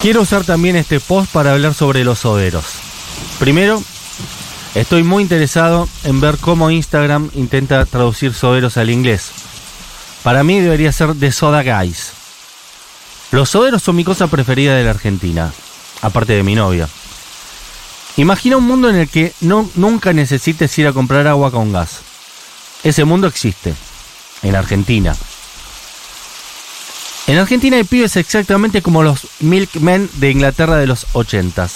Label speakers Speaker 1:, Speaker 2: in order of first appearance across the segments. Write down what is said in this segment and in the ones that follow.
Speaker 1: Quiero usar también este post para hablar sobre los soderos. Primero, estoy muy interesado en ver cómo Instagram intenta traducir soderos al inglés. Para mí debería ser de Soda Guys. Los soderos son mi cosa preferida de la Argentina, aparte de mi novia. Imagina un mundo en el que no, nunca necesites ir a comprar agua con gas. Ese mundo existe, en Argentina. En Argentina hay pibes exactamente como los milkmen de Inglaterra de los 80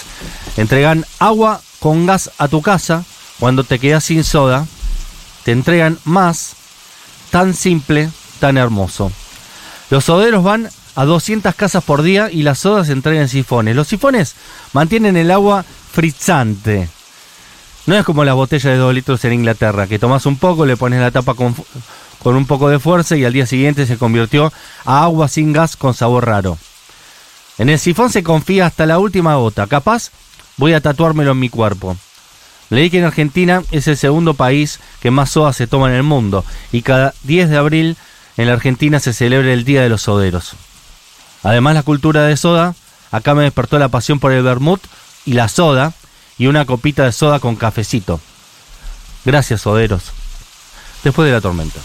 Speaker 1: Entregan agua con gas a tu casa. Cuando te quedas sin soda, te entregan más. Tan simple, tan hermoso. Los soderos van a 200 casas por día y las sodas se entregan en sifones. Los sifones mantienen el agua frizzante. No es como las botellas de 2 litros en Inglaterra, que tomás un poco, le pones la tapa con, con un poco de fuerza y al día siguiente se convirtió a agua sin gas con sabor raro. En el sifón se confía hasta la última gota, capaz voy a tatuármelo en mi cuerpo. Leí que en Argentina es el segundo país que más soda se toma en el mundo y cada 10 de abril en la Argentina se celebra el Día de los Soderos. Además la cultura de soda, acá me despertó la pasión por el vermut y la soda y una copita de soda con cafecito. Gracias, soderos. Después de la tormenta.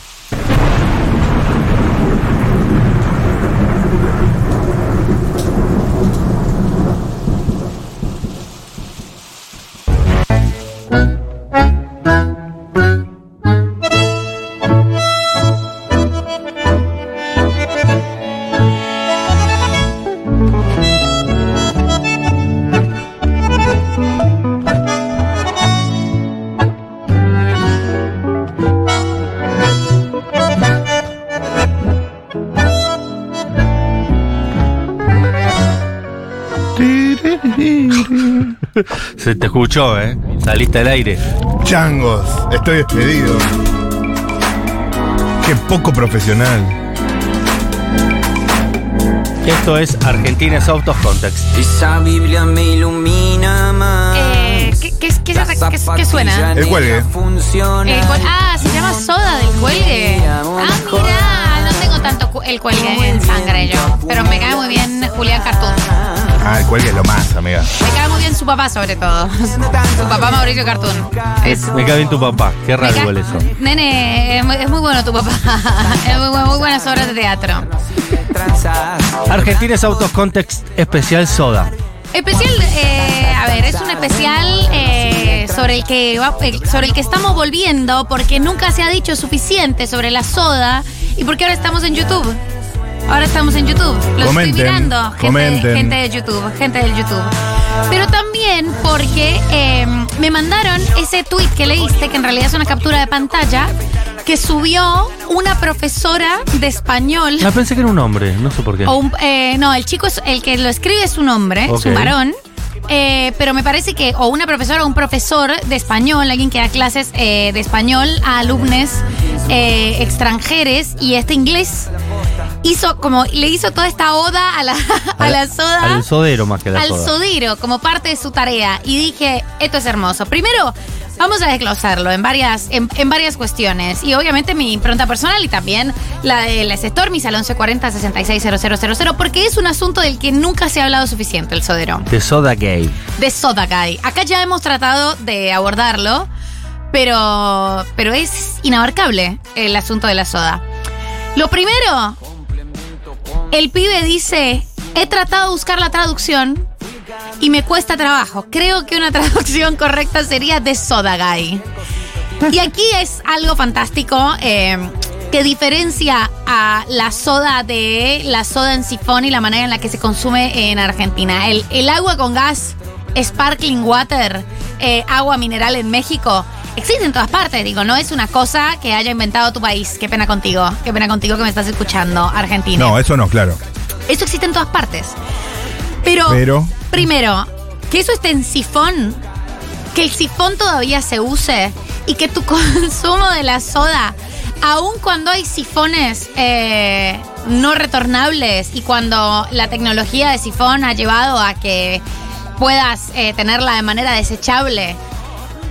Speaker 1: Se te escuchó, ¿eh? Saliste al aire.
Speaker 2: Changos, estoy despedido. Qué poco profesional.
Speaker 1: Esto es Argentines Out of Context.
Speaker 3: Esa Biblia me ilumina más.
Speaker 4: Eh, ¿qué, qué, qué- qué- qué- qué- qué suena?
Speaker 2: El cuelgue.
Speaker 3: Funciona.
Speaker 4: El cuel- ah, se llama soda del cuelgue. Ah, mira, no tengo tanto cu- el cuelgue en sangre yo. Pero me cae muy bien Julián Cartún.
Speaker 2: Ah, el cuelgue es lo más, amiga.
Speaker 4: Me cae muy bien su papá, sobre todo. Su papá Mauricio Cartún. Es-
Speaker 1: Me cae bien tu papá. Qué
Speaker 4: me
Speaker 1: raro
Speaker 4: cae-
Speaker 1: igual eso.
Speaker 4: Nene, es muy, es muy bueno tu papá. Es muy, bu- muy buenas obras de teatro.
Speaker 1: Argentines Out of Context especial soda.
Speaker 4: Especial, eh, a ver, es un especial eh, sobre, el que va- el- sobre el que estamos volviendo porque nunca se ha dicho suficiente sobre la soda y porque ahora estamos en YouTube. Ahora estamos en YouTube. Lo
Speaker 2: Comenten,
Speaker 4: estoy mirando, gente,
Speaker 2: comenten.
Speaker 4: gente de YouTube, gente del YouTube. Pero también porque eh, me mandaron ese tweet que leíste, que en realidad es una captura de pantalla, que subió una profesora de español.
Speaker 1: La Ah, pensé que era un hombre, no sé por qué.
Speaker 4: O un- eh, no, el chico es el que lo escribe es un hombre, es un
Speaker 1: Ok.
Speaker 4: varón. eh, pero me parece que o una profesora o un profesor de español, alguien que da clases eh, de español a alumnos eh, extranjeros y este inglés hizo como le hizo toda esta oda a la, a la soda
Speaker 1: Al sodero más que la
Speaker 4: al
Speaker 1: soda.
Speaker 4: sodero como parte de su tarea y dije, esto es hermoso. Primero, vamos a desglosarlo en varias, en, en varias cuestiones y obviamente mi impronta personal y también la de la Stormis al 1140-660000 porque es un asunto del que nunca se ha hablado suficiente, el sodero.
Speaker 1: De soda gay.
Speaker 4: De Soda Guy. Acá ya hemos tratado de abordarlo, pero, pero es inabarcable el asunto de la soda. Lo primero, el pibe dice, he tratado de buscar la traducción y me cuesta trabajo. Creo que una traducción correcta sería de Soda Guy. Y aquí es algo fantástico eh, que diferencia a la soda de la soda en sifón y la manera en la que se consume en Argentina. El, el agua con gas, sparkling water, eh, agua mineral en México. Existe en todas partes, digo, no es una cosa que haya inventado tu país. Qué pena contigo, qué pena contigo que me estás escuchando, Argentina.
Speaker 2: No, eso no, claro.
Speaker 4: Eso existe en todas partes. Pero,
Speaker 2: Pero-
Speaker 4: primero, que eso esté en sifón, que el sifón todavía se use y que tu consumo de la soda, aun cuando hay sifones eh, no retornables y cuando la tecnología de sifón ha llevado a que puedas eh, tenerla de manera desechable,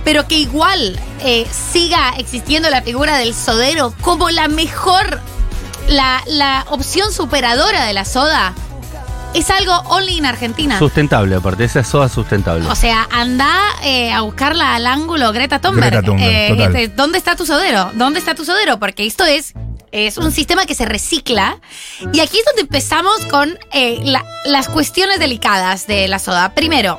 Speaker 4: pero que igual eh, siga existiendo la figura del sodero como la mejor, la, la opción superadora de la soda, Es algo only en Argentina.
Speaker 1: Sustentable, aparte, esa es soda sustentable.
Speaker 4: O sea, anda eh, a buscarla al ángulo Greta Thunberg.
Speaker 2: Greta Thunberg, total.
Speaker 4: este, ¿Dónde está tu sodero? ¿Dónde está tu sodero? Porque esto es, es un sistema que se recicla. Y aquí es donde empezamos con eh, la- las cuestiones delicadas de la soda. Primero,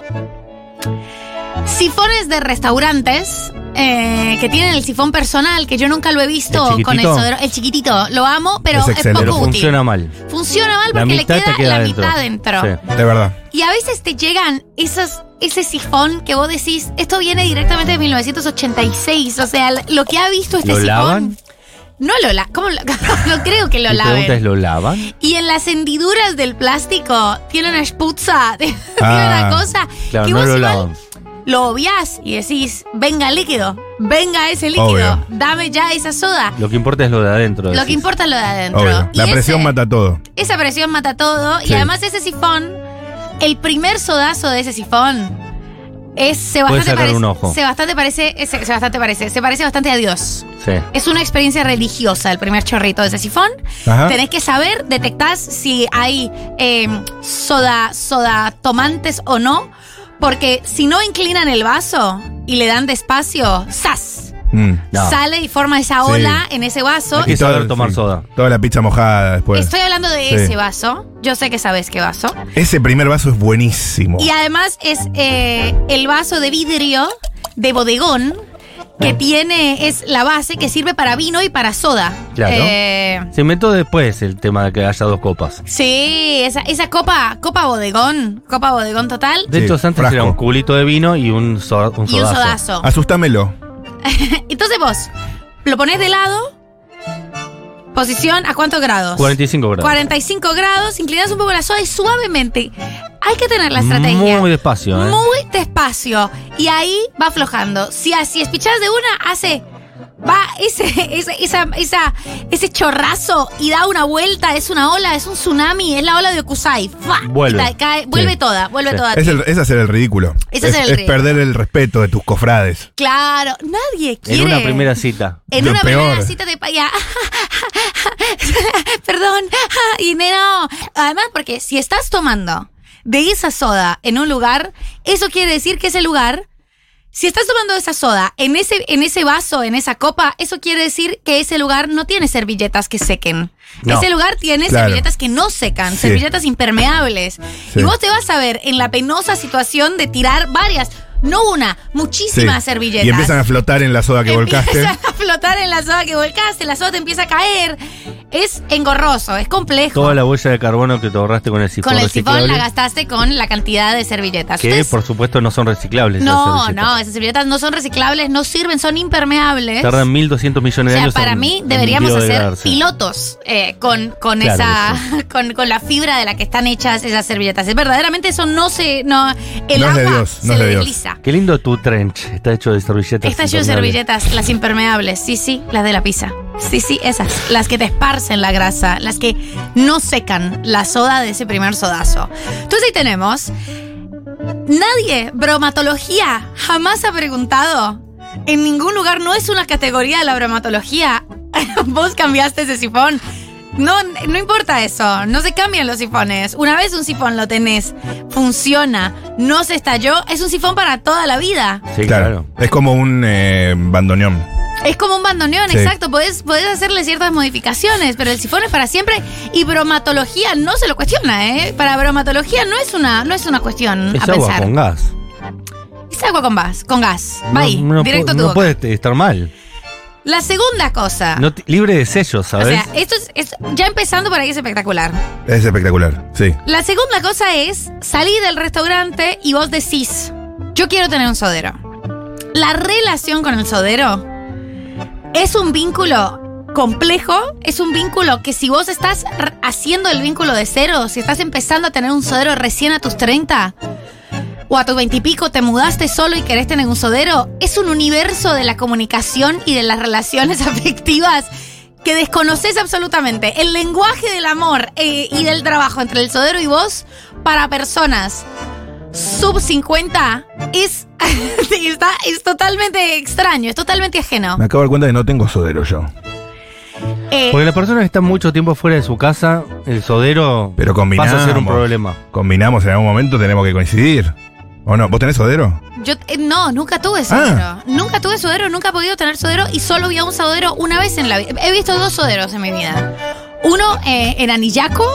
Speaker 4: sifones de restaurantes. eh, que tienen el sifón personal, que yo nunca lo he visto
Speaker 1: ¿El
Speaker 4: con el
Speaker 1: chiquitito?
Speaker 4: sodero. El chiquitito, lo amo, pero
Speaker 2: Es
Speaker 4: es,
Speaker 2: excelente,
Speaker 1: pero
Speaker 4: poco útil.
Speaker 1: funciona mal.
Speaker 4: Funciona mal
Speaker 1: La
Speaker 4: porque le
Speaker 1: mitad
Speaker 4: queda,
Speaker 1: te queda
Speaker 4: la
Speaker 1: adentro.
Speaker 4: mitad dentro.
Speaker 1: Sí.
Speaker 2: De verdad.
Speaker 4: Y a veces te llegan esas, ese sifón que vos decís, esto viene directamente de 1986. O sea, lo que ha visto este
Speaker 1: ¿Lo
Speaker 4: sifón.
Speaker 1: lavan?
Speaker 4: No lo lavan. ¿Cómo lo- No creo que lo
Speaker 1: Mi pregunta es,
Speaker 4: laven.
Speaker 1: ¿lo lavan?
Speaker 4: Y en las hendiduras del plástico tiene una esputza, tiene
Speaker 2: Ah.
Speaker 4: una cosa
Speaker 1: Claro,
Speaker 4: que
Speaker 1: no
Speaker 4: vos
Speaker 1: lo
Speaker 4: igual
Speaker 1: lavan.
Speaker 4: lo obviás y decís, venga líquido, venga ese líquido,
Speaker 2: Obvio.
Speaker 4: dame ya esa soda.
Speaker 1: Lo que importa es lo de adentro.
Speaker 4: Lo que
Speaker 1: decís.
Speaker 4: importa es lo de adentro.
Speaker 2: Obvio.
Speaker 4: Y
Speaker 2: La
Speaker 4: ese-
Speaker 2: presión mata todo.
Speaker 4: esa presión mata todo.
Speaker 1: Sí.
Speaker 4: Y además ese sifón, el primer sodazo de ese sifón es se
Speaker 1: Puede
Speaker 4: bastante
Speaker 1: sacar
Speaker 4: parece.
Speaker 1: un ojo.
Speaker 4: Se bastante parece, es- se bastante parece, se parece bastante a Dios.
Speaker 1: Sí.
Speaker 4: Es una experiencia religiosa el primer chorrito de ese sifón.
Speaker 1: Ah.
Speaker 2: Ajá.
Speaker 4: Tenés que saber, detectás si hay eh, soda, soda tomantes o no. Porque si no inclinan el vaso y le dan despacio, ¡zas!
Speaker 2: Mm.
Speaker 1: No.
Speaker 4: Sale y forma esa
Speaker 2: Sí.
Speaker 4: ola en ese vaso.
Speaker 1: Hay que
Speaker 2: Y
Speaker 1: saber tomar soda.
Speaker 2: Toda la pizza mojada después.
Speaker 4: Estoy hablando de
Speaker 2: Sí.
Speaker 4: ese vaso. Yo sé que sabes qué vaso.
Speaker 2: Ese primer vaso es buenísimo.
Speaker 4: Y además es eh, el vaso de vidrio de bodegón
Speaker 1: Mm.
Speaker 4: que tiene, es la base que sirve para vino y para soda.
Speaker 1: Claro.
Speaker 4: Eh,
Speaker 1: Se inventó después el tema de que haya dos copas.
Speaker 4: sí, esa, esa copa, copa bodegón, copa bodegón total.
Speaker 1: De
Speaker 2: Sí,
Speaker 1: hecho, antes
Speaker 2: frasco.
Speaker 1: era un culito de vino y un, so- un
Speaker 4: Y un
Speaker 1: sodazo. Ah.
Speaker 4: sodazo.
Speaker 2: Asustámelo.
Speaker 4: Entonces vos lo pones de lado. Posición a cuántos grados?
Speaker 1: 45 grados.
Speaker 4: 45 grados, inclinás un poco la soda y suavemente. Hay que tener la estrategia.
Speaker 1: Muy despacio, ¿eh?
Speaker 4: Muy despacio. Y ahí va aflojando. Si así espichás de una, hace. Va ese, ese, esa, esa- ese chorrazo y da una vuelta, es una ola, es un tsunami, es la ola de Okusai. ¡Fua!
Speaker 1: Vuelve.
Speaker 4: Y la cae-
Speaker 1: Sí.
Speaker 4: vuelve toda, vuelve
Speaker 1: Sí.
Speaker 4: toda.
Speaker 2: Es, el- es hacer el ridículo.
Speaker 4: Es hacer el ridículo.
Speaker 2: perder el respeto de tus cofrades.
Speaker 4: Claro, nadie quiere.
Speaker 1: En una primera cita.
Speaker 4: En
Speaker 2: Lo
Speaker 4: una primera
Speaker 2: peor.
Speaker 4: cita de paya. Perdón. y no. Además, porque si estás tomando de esa soda en un lugar, eso quiere decir que ese lugar. Si estás tomando esa soda en ese, en ese vaso, en esa copa, eso quiere decir que ese lugar no tiene servilletas que sequen.
Speaker 1: No.
Speaker 4: Ese lugar tiene
Speaker 2: Claro.
Speaker 4: servilletas que no secan,
Speaker 2: Sí.
Speaker 4: servilletas impermeables.
Speaker 2: Sí.
Speaker 4: Y vos te vas a ver en la penosa situación de tirar varias, no una,
Speaker 2: Sí.
Speaker 4: muchísimas servilletas
Speaker 2: Y empiezan a flotar en la soda que volcaste.
Speaker 4: empiezas a flotar en la soda que volcaste, la soda te empieza a caer. Es engorroso, es complejo.
Speaker 1: Toda la huella de carbono que te ahorraste con el sifón
Speaker 4: con el sifón
Speaker 1: reciclable,
Speaker 4: la gastaste con la cantidad de servilletas.
Speaker 1: Que,
Speaker 4: Ustedes-
Speaker 1: por supuesto, no son reciclables. esas
Speaker 4: no,
Speaker 1: servilletas.
Speaker 4: no, esas servilletas no son reciclables, no sirven, son impermeables.
Speaker 1: Tardan 1.200 millones de
Speaker 4: o sea,
Speaker 1: años
Speaker 4: para
Speaker 1: en-
Speaker 4: mí
Speaker 1: en
Speaker 4: deberíamos hacer
Speaker 1: biodegradarse.
Speaker 4: pilotos eh, con, con
Speaker 1: Claro
Speaker 4: esa,
Speaker 1: que
Speaker 4: con, con la fibra de la que están hechas esas servilletas. Es Verdaderamente eso no se, no, el
Speaker 2: No es
Speaker 4: agua
Speaker 2: de Dios,
Speaker 4: se
Speaker 2: no es
Speaker 4: le
Speaker 2: de Dios.
Speaker 4: desliza.
Speaker 1: Qué lindo tu trench. Está hecho de servilletas.
Speaker 4: Estas yo
Speaker 1: impermeables.
Speaker 4: servilletas, las impermeables, sí, sí, las de la pizza. Sí, sí, esas, las que te esparcen la grasa, las que no secan la soda de ese primer sodazo. Entonces ahí tenemos. Nadie, bromatología, jamás ha preguntado. En ningún lugar no es una categoría de la bromatología. Vos cambiaste ese sifón. No, no importa eso, no se cambian los sifones. Una vez un sifón lo tenés, funciona, no se estalló, es un sifón para toda la vida.
Speaker 1: Sí, claro.
Speaker 2: claro. Es como un eh, bandoneón.
Speaker 4: Es como un bandoneón,
Speaker 2: Sí.
Speaker 4: exacto. Podés, podés hacerle ciertas modificaciones, pero el sifón es para siempre. Y bromatología no se lo cuestiona, ¿eh? Para bromatología no es una, no es una cuestión
Speaker 1: Es
Speaker 4: a
Speaker 1: agua
Speaker 4: pensar.
Speaker 1: con gas.
Speaker 4: Es agua con gas, con gas. Va
Speaker 1: No-
Speaker 4: ahí,
Speaker 1: no,
Speaker 4: directo
Speaker 1: pu-
Speaker 4: a tu
Speaker 1: No
Speaker 4: boca.
Speaker 1: puede estar mal.
Speaker 4: La segunda cosa.
Speaker 1: No ti- libre de sellos,
Speaker 4: o
Speaker 1: ¿sabes?
Speaker 4: sea, eh, esto es, es- ya empezando por ahí es espectacular.
Speaker 2: Es espectacular. Sí.
Speaker 4: La segunda cosa es salir del restaurante y vos decís, yo quiero tener un sodero. La relación con el sodero es un vínculo complejo, es un vínculo que si vos estás r- haciendo el vínculo de cero, si estás empezando a tener un sodero recién a tus 30 o a tus 20 y pico, te mudaste solo y querés tener un sodero, es un universo de la comunicación y de las relaciones afectivas que desconoces absolutamente. El lenguaje del amor eh, y del trabajo entre el sodero y vos para personas sub 50 es, está- es totalmente extraño, es totalmente ajeno.
Speaker 2: Me acabo de dar cuenta que no tengo sodero yo.
Speaker 4: Eh,
Speaker 1: Porque las personas que están mucho tiempo fuera de su casa, el sodero
Speaker 2: Pero combinamos.
Speaker 1: pasa a ser un problema.
Speaker 2: Combinamos en algún momento, tenemos que coincidir. ¿O no? ¿Vos tenés sodero?
Speaker 4: yo, eh, no, nunca tuve sodero.
Speaker 2: Ah.
Speaker 4: Nunca tuve sodero, nunca he podido tener sodero y solo vi a un sodero una vez en la vida. He visto dos soderos en mi vida. Uno eh, en Anillaco,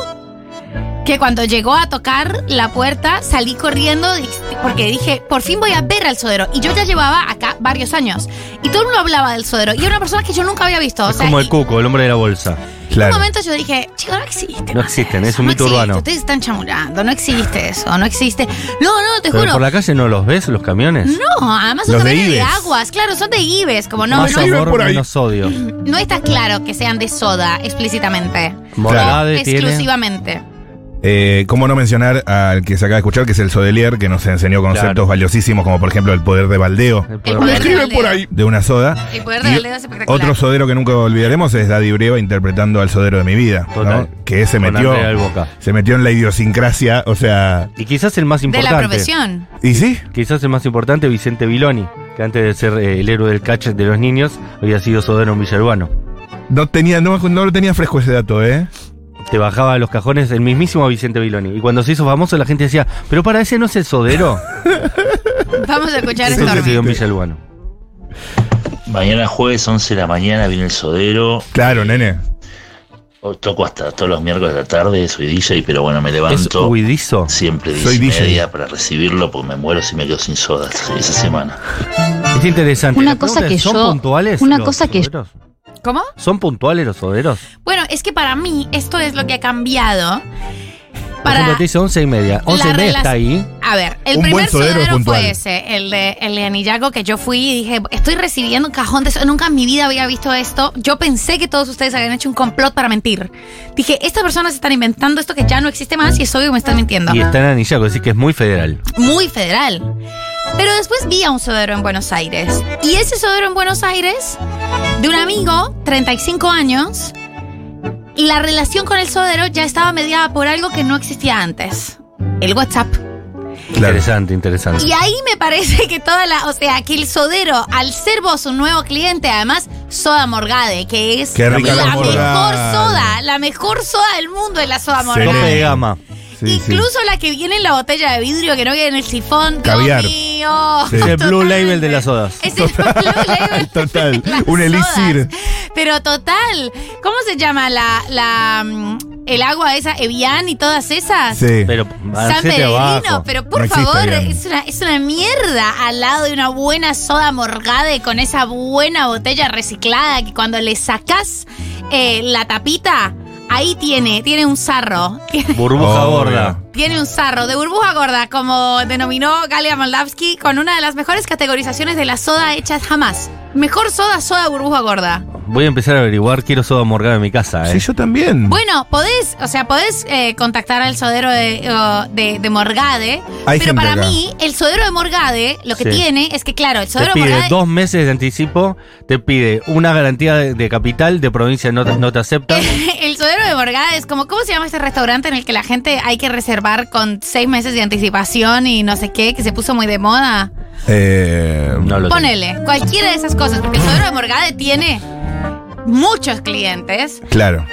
Speaker 4: que cuando llegó a tocar la puerta salí corriendo di- porque dije, por fin voy a ver al sodero. Y yo ya llevaba acá varios años. Y todo el mundo hablaba del sodero. Y era una persona que yo nunca había visto. o
Speaker 1: Es
Speaker 4: sea,
Speaker 1: como
Speaker 4: y-
Speaker 1: el cuco, el hombre de la bolsa.
Speaker 4: En
Speaker 2: Claro.
Speaker 4: un momento yo dije, chicos, no existe.
Speaker 1: No
Speaker 4: más
Speaker 1: existen,
Speaker 4: eso,
Speaker 1: es un mito
Speaker 4: existe,
Speaker 1: urbano.
Speaker 4: Ustedes están chamulando, no existe eso, no existe. No, no, te
Speaker 1: Pero
Speaker 4: juro.
Speaker 1: por la calle no los ves, los camiones.
Speaker 4: No, además son
Speaker 2: Los de
Speaker 4: camiones de,
Speaker 2: Ives.
Speaker 4: aguas, claro, son de Ives, como no,
Speaker 1: Más
Speaker 4: no,
Speaker 2: hay
Speaker 1: amor,
Speaker 2: por ahí.
Speaker 1: menos odio.
Speaker 4: no está claro que sean de soda explícitamente.
Speaker 1: Morade tiene.
Speaker 4: Exclusivamente.
Speaker 2: Eh, ¿Cómo no mencionar al que se acaba de escuchar, que es el sodelier, que nos enseñó conceptos
Speaker 1: Claro.
Speaker 2: valiosísimos, como por ejemplo el poder de baldeo
Speaker 1: El
Speaker 4: El
Speaker 1: poder-
Speaker 4: poder de Valdeo.
Speaker 2: de una soda?
Speaker 4: El poder de
Speaker 2: Y
Speaker 4: Valdeo es espectacular.
Speaker 2: Otro sodero que nunca olvidaremos es Daddy Brieva interpretando al sodero de mi vida, ¿no?
Speaker 1: Total.
Speaker 2: que se
Speaker 1: Con
Speaker 2: metió,
Speaker 1: Andrea del Boca.
Speaker 2: se metió en la idiosincrasia, o sea...
Speaker 1: Y quizás el más
Speaker 4: de
Speaker 1: importante.
Speaker 4: la profesión.
Speaker 2: ¿Y sí?
Speaker 1: Quizás el más importante, Vicente Viloni, que antes de ser eh, el héroe del catch de los niños, había sido sodero en Villaruano.
Speaker 2: No, tenía, no, no lo tenía fresco ese dato, ¿eh?
Speaker 1: Te bajaba de los cajones el mismísimo Vicente Viloni. Y cuando se hizo famoso, la gente decía, pero para ese no es el sodero. este
Speaker 4: Vamos a escuchar
Speaker 1: Eso
Speaker 4: Stormy.
Speaker 1: sucedió en Villaruano.
Speaker 5: Mañana jueves 11 de la mañana viene el sodero.
Speaker 2: Claro, nene.
Speaker 5: O- Toco hasta todos los miércoles de la tarde, soy DJ, pero bueno, me
Speaker 1: Es
Speaker 5: levanto
Speaker 1: huidizo.
Speaker 5: siempre diez
Speaker 2: Soy
Speaker 5: y
Speaker 2: DJ.
Speaker 5: media para recibirlo porque me muero si me quedo sin soda esa esa semana.
Speaker 1: Es interesante.
Speaker 6: Una
Speaker 1: La pregunta
Speaker 6: cosa
Speaker 1: es,
Speaker 6: que
Speaker 1: ¿Son
Speaker 6: yo-
Speaker 1: puntuales
Speaker 6: una
Speaker 1: los
Speaker 6: cosa que-
Speaker 1: soderos?
Speaker 4: ¿Cómo?
Speaker 1: ¿Son puntuales los soderos?
Speaker 4: Bueno, es que para mí esto es lo que ha cambiado.
Speaker 1: Por
Speaker 4: Para,
Speaker 1: ejemplo, te dice 11 y media. 11 y media
Speaker 4: relac-
Speaker 1: está ahí.
Speaker 4: A ver, el
Speaker 2: Un
Speaker 4: primer
Speaker 2: buen sodero es
Speaker 4: sodero
Speaker 2: puntual.
Speaker 4: fue ese, el de, el de Anillaco, que yo fui y dije, estoy recibiendo un cajón de eso. Nunca en mi vida había visto esto. Yo pensé que todos ustedes habían hecho un complot para mentir. Dije, estas personas están inventando esto que ya no existe más y es obvio que me están mintiendo.
Speaker 1: Y está en Anillaco, así que es muy federal.
Speaker 4: Muy federal. Pero después vi a un sodero en Buenos Aires. Y ese sodero en Buenos Aires, de un amigo, 35 años, la relación con el sodero ya estaba mediada por algo que no existía antes. El WhatsApp.
Speaker 2: Claro.
Speaker 1: Interesante, interesante.
Speaker 4: Y ahí me parece que toda la. O sea, que el sodero, al ser vos un nuevo cliente, además, Soda Morgade, que es
Speaker 2: Qué rica
Speaker 4: la
Speaker 2: la
Speaker 4: mejor
Speaker 2: Morgade.
Speaker 4: soda, la mejor soda del mundo es la Soda
Speaker 1: Tope de
Speaker 4: Morgade.
Speaker 1: gama.
Speaker 2: Sí, sí.
Speaker 4: Incluso la que viene en la botella de vidrio, que no viene en el sifón.
Speaker 2: Caviar.
Speaker 4: Dios mío.
Speaker 2: Sí.
Speaker 1: Es el Blue
Speaker 4: Totalmente.
Speaker 1: Label de las sodas.
Speaker 4: Es el Blue Label.
Speaker 2: Total.
Speaker 4: de las
Speaker 2: Un elixir.
Speaker 4: sodas. Pero total. ¿Cómo se llama la. la mm, el agua esa, Evian y todas esas?
Speaker 2: Sí.
Speaker 1: Pero
Speaker 4: San
Speaker 1: hacete abajo.
Speaker 4: Peregrino, pero por
Speaker 2: No existe,
Speaker 4: favor,
Speaker 2: digamos.
Speaker 4: es una, es una mierda al lado de una buena soda morgade con esa buena botella reciclada que cuando le sacás eh, la tapita, ahí tiene, tiene un sarro. Tiene,
Speaker 1: Burbuja
Speaker 2: Obvio.
Speaker 1: gorda.
Speaker 4: tiene un sarro de burbuja gorda, como denominó Galia Moldavsky, con una de las mejores categorizaciones de la soda hechas jamás. Mejor soda, soda burbuja gorda.
Speaker 1: Voy a empezar a averiguar, quiero soda morgada en mi casa,
Speaker 2: Sí,
Speaker 1: ¿eh?
Speaker 2: yo también.
Speaker 4: Bueno, podés, o sea, podés eh, contactar al sodero de, o, de- de Morgade,
Speaker 2: Hay
Speaker 4: pero
Speaker 2: gente
Speaker 4: para
Speaker 2: acá.
Speaker 4: mí, el sodero de Morgade lo que
Speaker 1: Sí.
Speaker 4: tiene es que, claro, el
Speaker 1: Te
Speaker 4: sodero de
Speaker 1: pide
Speaker 4: Morgade.
Speaker 1: dos meses de anticipo, te pide una garantía de, de capital, de provincia no te, no te aceptan.
Speaker 4: El sodero de Morgade es como, ¿cómo se llama este restaurante en el que la gente hay que reservar con seis meses de anticipación y no sé qué, que se puso muy de moda?
Speaker 2: Eh,
Speaker 1: No lo tengo.
Speaker 4: Ponele, cualquiera de esas cosas, porque el sodero de Morgade tiene muchos clientes.
Speaker 2: Claro.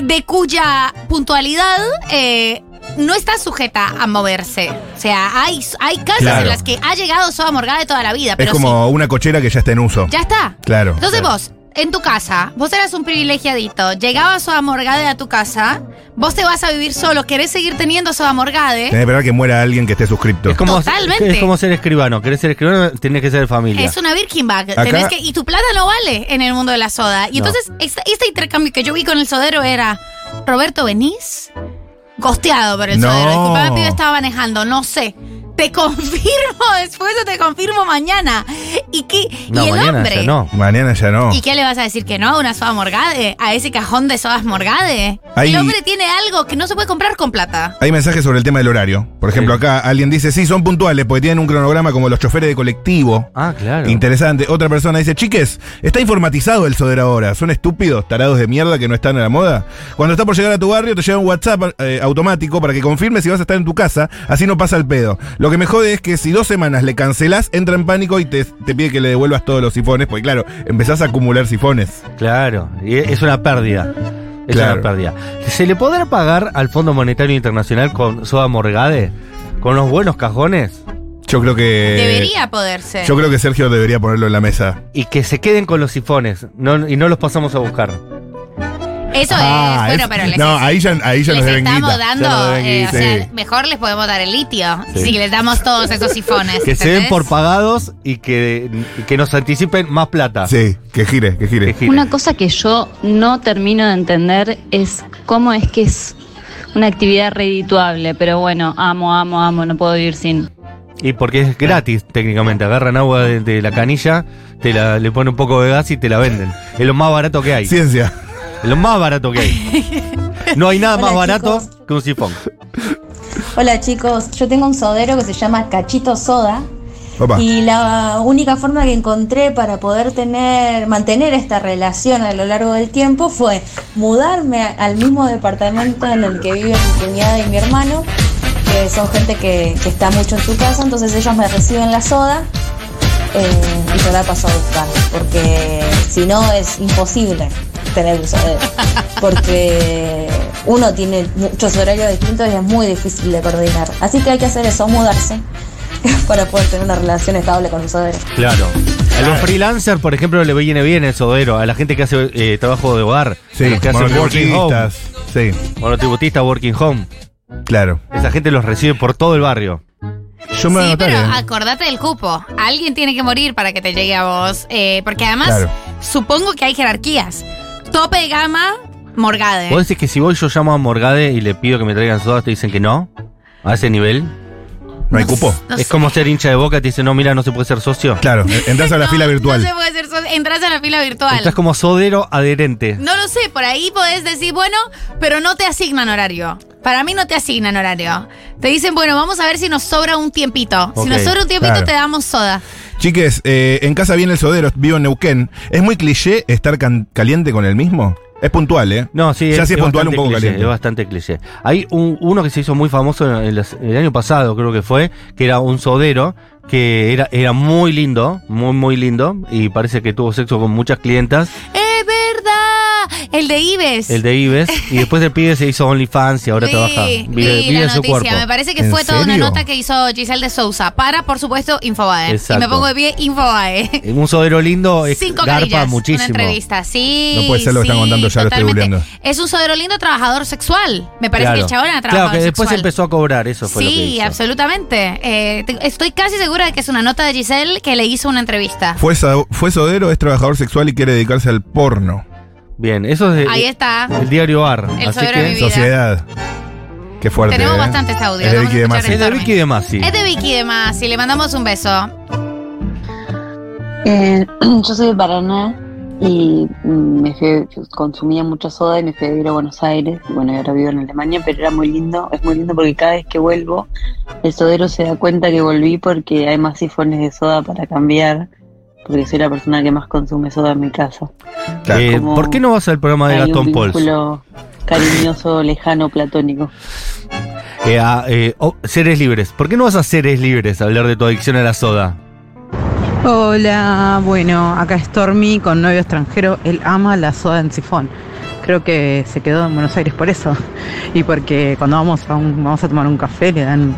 Speaker 4: de cuya puntualidad eh, no está sujeta a moverse. O sea, hay, hay casas
Speaker 2: Claro.
Speaker 4: en las que ha llegado Soda Morgada de toda la vida,
Speaker 2: Es
Speaker 4: pero
Speaker 2: como una cochera que ya está en uso.
Speaker 4: sí, ya está.
Speaker 2: Claro.
Speaker 4: Entonces vos, ¿eh? en tu casa, vos eras un privilegiadito, llegaba Soda Morgade a tu casa, vos te vas a vivir solo, querés seguir teniendo Soda
Speaker 2: Tenés que
Speaker 4: Morgade,
Speaker 2: esperar que muera alguien que esté suscripto.
Speaker 1: Es como,
Speaker 4: Totalmente.
Speaker 1: es como ser escribano. ¿Querés ser escribano? Tenés que ser de familia.
Speaker 4: es una Birkin bag.
Speaker 2: Acá-
Speaker 4: Tenés que, y tu plata no vale en el mundo de la soda. Y
Speaker 1: No.
Speaker 4: entonces, esta- este intercambio que yo vi con el sodero era Roberto Benís, gosteado por el
Speaker 2: No.
Speaker 4: sodero. Disculpame, pibe, estaba manejando, no sé. Te confirmo después o te confirmo mañana. Y, qué,
Speaker 1: no,
Speaker 4: y el
Speaker 1: mañana
Speaker 4: hombre.
Speaker 1: ya no.
Speaker 2: Mañana ya no.
Speaker 4: ¿Y qué le vas a decir que no a una soda morgade? ¿A ese cajón de sodas morgade?
Speaker 2: Hay-
Speaker 4: El hombre tiene algo que no se puede comprar con plata.
Speaker 2: Hay mensajes sobre el tema del horario. Por ejemplo,
Speaker 1: Sí.
Speaker 2: acá alguien dice, sí, son puntuales porque tienen un cronograma como los choferes de colectivo.
Speaker 1: Ah, claro.
Speaker 2: Interesante. Otra persona dice, chiques, está informatizado el sodero ahora. Son estúpidos, tarados de mierda que no están a la moda. Cuando está por llegar a tu barrio, te llega un WhatsApp eh, automático para que confirmes si vas a estar en tu casa. Así no pasa el pedo. Lo que me jode es que si dos semanas le cancelás, entra en pánico y te, te pide que le devuelvas todos los sifones, porque claro, empezás a acumular sifones.
Speaker 1: Claro, y e- es una pérdida. Es
Speaker 2: Claro.
Speaker 1: una pérdida. ¿Se le podrá pagar al Fondo Monetario Internacional con soda morgade? ¿Con unos buenos cajones?
Speaker 2: Yo creo que.
Speaker 4: Debería poderse.
Speaker 2: Eh, Yo creo que Sergio debería ponerlo en la mesa.
Speaker 1: Y que se queden con los sifones no- y no los pasamos a buscar.
Speaker 4: Eso
Speaker 2: Ah,
Speaker 4: es. Bueno,
Speaker 2: es-
Speaker 4: pero les,
Speaker 2: no, ahí ya, ahí ya
Speaker 4: les
Speaker 2: nos deben
Speaker 4: estamos
Speaker 2: guita.
Speaker 4: dando.
Speaker 1: Ya nos deben
Speaker 4: eh, o
Speaker 2: guita.
Speaker 4: sea,
Speaker 2: Sí.
Speaker 4: mejor les podemos dar el litio.
Speaker 1: Sí.
Speaker 4: Si les damos todos esos sifones.
Speaker 1: Que se den
Speaker 4: ¿entendés?
Speaker 1: por pagados y que, y que nos anticipen más plata.
Speaker 2: Sí, que gire, que
Speaker 1: Que
Speaker 2: gire.
Speaker 1: giren.
Speaker 6: Una cosa que yo no termino de entender es cómo es que es una actividad redituable, pero bueno, amo, amo, amo, no puedo vivir sin.
Speaker 1: Y porque es gratis técnicamente. Agarran agua de, de la canilla, te la, le ponen un poco de gas y te la venden. Es lo más barato que hay.
Speaker 2: Ciencia.
Speaker 1: Es lo más barato que hay. No hay nada
Speaker 7: Hola,
Speaker 1: más barato
Speaker 7: chicos.
Speaker 1: que un sifón.
Speaker 7: Hola chicos, yo tengo un sodero que se llama Cachito Soda
Speaker 2: Opa.
Speaker 7: y la única forma que encontré para poder tener, mantener esta relación a lo largo del tiempo fue mudarme a- al mismo departamento en el que viven mi cuñada y mi hermano, que son gente que, que está mucho en su casa, entonces ellos me reciben la soda eh, y yo la paso a buscar, porque si no es imposible tener un sodero, porque uno tiene muchos horarios distintos y es muy difícil de coordinar, así que hay que hacer eso, mudarse. para poder tener una relación estable con los soderos.
Speaker 1: Claro. A los freelancers, por ejemplo, le viene bien el sodero. A la gente que hace eh, trabajo de hogar. a
Speaker 2: Sí,
Speaker 1: los que hacen working home.
Speaker 2: monotributistas. Sí,
Speaker 1: Monotributistas, working home.
Speaker 2: claro.
Speaker 1: Esa gente los recibe por todo el barrio.
Speaker 2: Yo me
Speaker 4: sí,
Speaker 2: anotaré.
Speaker 4: pero acordate del cupo. Alguien tiene que morir para que te llegue a vos. Eh, porque además,
Speaker 2: Claro.
Speaker 4: supongo que hay jerarquías. Tope de gama, Morgade.
Speaker 1: ¿Vos decís que si voy yo llamo a Morgade y le pido que me traigan sodas, te dicen que no? ¿A ese nivel?
Speaker 2: ¿No hay cupo?
Speaker 4: No
Speaker 1: es
Speaker 4: sé.
Speaker 1: como ser hincha de boca, te dicen, no, mira, no se puede ser socio.
Speaker 2: Claro, entras a la
Speaker 4: No,
Speaker 2: fila virtual.
Speaker 4: No se puede hacer so- Entras a la fila virtual.
Speaker 1: Estás como sodero adherente.
Speaker 4: No lo sé, por ahí podés decir, bueno, pero no te asignan horario. Para mí no te asignan horario. Te dicen, bueno, vamos a ver si nos sobra un tiempito.
Speaker 1: Ok,
Speaker 4: si nos sobra un tiempito,
Speaker 2: claro.
Speaker 4: te damos soda.
Speaker 2: Chiques, eh, en casa viene el sodero, vivo en Neuquén. ¿Es muy cliché estar can- caliente con el mismo? Es puntual, ¿eh?
Speaker 1: No, sí,
Speaker 2: Ya sí es puntual,
Speaker 1: bastante
Speaker 2: un poco
Speaker 1: cliché,
Speaker 2: caliente.
Speaker 1: Es bastante cliché. Hay un- uno que se hizo muy famoso en, en las- el año pasado, creo que fue, que era un sodero, que era, era muy lindo, muy, muy lindo, y parece que tuvo sexo con muchas clientas,
Speaker 4: ¡Es verdad! El de Ives.
Speaker 1: el de Ives, y después del pibe se hizo OnlyFans y ahora
Speaker 4: Vi-
Speaker 1: trabaja, vive,
Speaker 4: vi la
Speaker 1: vive su
Speaker 4: noticia.
Speaker 1: cuerpo.
Speaker 4: Me parece que
Speaker 2: ¿En
Speaker 4: fue toda una
Speaker 2: serio?
Speaker 4: nota que hizo Giselle de Sousa para, por supuesto, Infobae.
Speaker 1: Exacto.
Speaker 4: Y me pongo de pie Infobae.
Speaker 1: Un sodero lindo es
Speaker 4: Cinco
Speaker 1: garpa
Speaker 4: carillas,
Speaker 1: muchísimo.
Speaker 4: Una entrevista, sí.
Speaker 2: No puede ser lo que
Speaker 4: sí,
Speaker 2: están contando, ya lo estoy
Speaker 4: totalmente.
Speaker 2: googleando.
Speaker 4: Es un sodero lindo trabajador sexual. Me parece que el chabón era
Speaker 1: Claro,
Speaker 4: trabajador
Speaker 1: que después
Speaker 4: sexual.
Speaker 1: empezó a cobrar, eso fue lo que
Speaker 4: Sí,
Speaker 1: hizo.
Speaker 4: absolutamente. Eh, te- estoy casi segura de que es una nota de Giselle que le hizo una entrevista.
Speaker 2: Fue, sa- fue sodero, es trabajador sexual y quiere dedicarse al porno.
Speaker 1: Bien, eso es de-
Speaker 4: Ahí está.
Speaker 1: el diario Ar.
Speaker 4: El
Speaker 1: así
Speaker 4: sodero de mi
Speaker 1: que,
Speaker 4: vida.
Speaker 2: Sociedad. Qué fuerte.
Speaker 4: Tenemos
Speaker 2: ¿eh?
Speaker 4: bastantes audios,
Speaker 2: Es de
Speaker 4: vamos a
Speaker 2: Vicky de
Speaker 4: escuchar
Speaker 2: Masi.
Speaker 1: es de Vicky de Masi.
Speaker 4: Es de Vicky de más y le mandamos un beso.
Speaker 6: Eh, yo soy de Paraná y mm, me fui- consumía mucha soda y me fui a vivir a Buenos Aires. Y bueno, y ahora vivo en Alemania, pero era muy lindo. Es muy lindo porque cada vez que vuelvo, el sodero se da cuenta que volví porque hay más sifones de soda para cambiar. Porque soy la persona que más consume soda en mi casa.
Speaker 2: Claro.
Speaker 1: Eh,
Speaker 6: como-
Speaker 1: ¿Por qué no vas al programa de
Speaker 6: hay un
Speaker 1: Gastón Pols?
Speaker 6: vínculo cariñoso, lejano, platónico.
Speaker 1: Eh, a, eh, oh, seres libres. ¿Por qué no vas a seres libres a hablar de tu adicción a la soda?
Speaker 8: Hola, bueno, acá es Stormy con novio extranjero. Él ama la soda en sifón. Creo que se quedó en Buenos Aires por eso. Y porque cuando vamos a, un- vamos a tomar un café le dan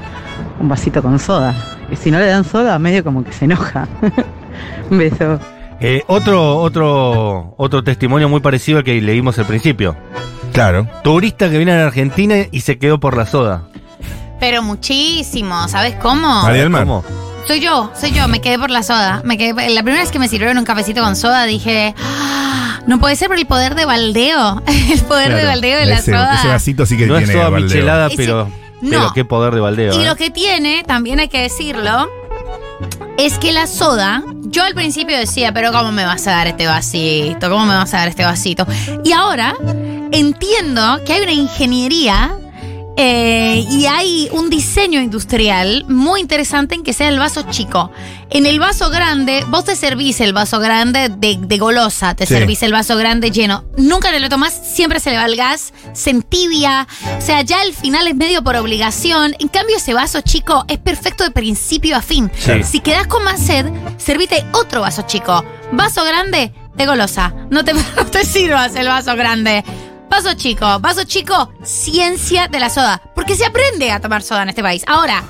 Speaker 8: un vasito con soda. Y si no le dan soda, medio como que se enoja. un beso.
Speaker 1: Eh, otro, otro, otro testimonio muy parecido al que leímos al principio.
Speaker 2: Claro.
Speaker 1: Turista que viene a la Argentina y se quedó por la soda.
Speaker 4: Pero muchísimo, ¿sabes cómo?
Speaker 2: María del Mar.
Speaker 1: ¿Cómo?
Speaker 4: Soy yo, soy yo, me quedé por la soda. Me quedé, la primera vez que me sirvieron un cafecito con soda dije, "Ah, no puede ser por el poder de baldeo, el poder de
Speaker 1: Claro,
Speaker 4: baldeo de la
Speaker 2: ese,
Speaker 4: soda.
Speaker 2: ese vasito sí que
Speaker 1: No es
Speaker 2: tiene
Speaker 1: soda
Speaker 2: baldeo.
Speaker 1: michelada,
Speaker 4: Ese-
Speaker 1: pero,
Speaker 4: No.
Speaker 1: pero qué poder de baldeo.
Speaker 4: Y
Speaker 1: ¿eh?
Speaker 4: lo que tiene, también hay que decirlo, es que la soda, yo al principio decía, pero ¿cómo me vas a dar este vasito? ¿Cómo me vas a dar este vasito? Y ahora entiendo que hay una ingeniería Eh, y hay un diseño industrial muy interesante en que sea el vaso chico. En el vaso grande, vos te servís el vaso grande de, de golosa, te
Speaker 2: Sí.
Speaker 4: servís el vaso grande lleno. Nunca te lo tomás, siempre se le va el gas, se entibia. O sea, ya al final es medio por obligación. En cambio, ese vaso chico es perfecto de principio a fin.
Speaker 1: Sí.
Speaker 4: Si quedás con más sed, servite otro vaso chico. Vaso grande de golosa. No te, no te sirvas el vaso grande. Vaso chico, vaso chico, ciencia de la soda. Porque se aprende a tomar soda en este país. Ahora,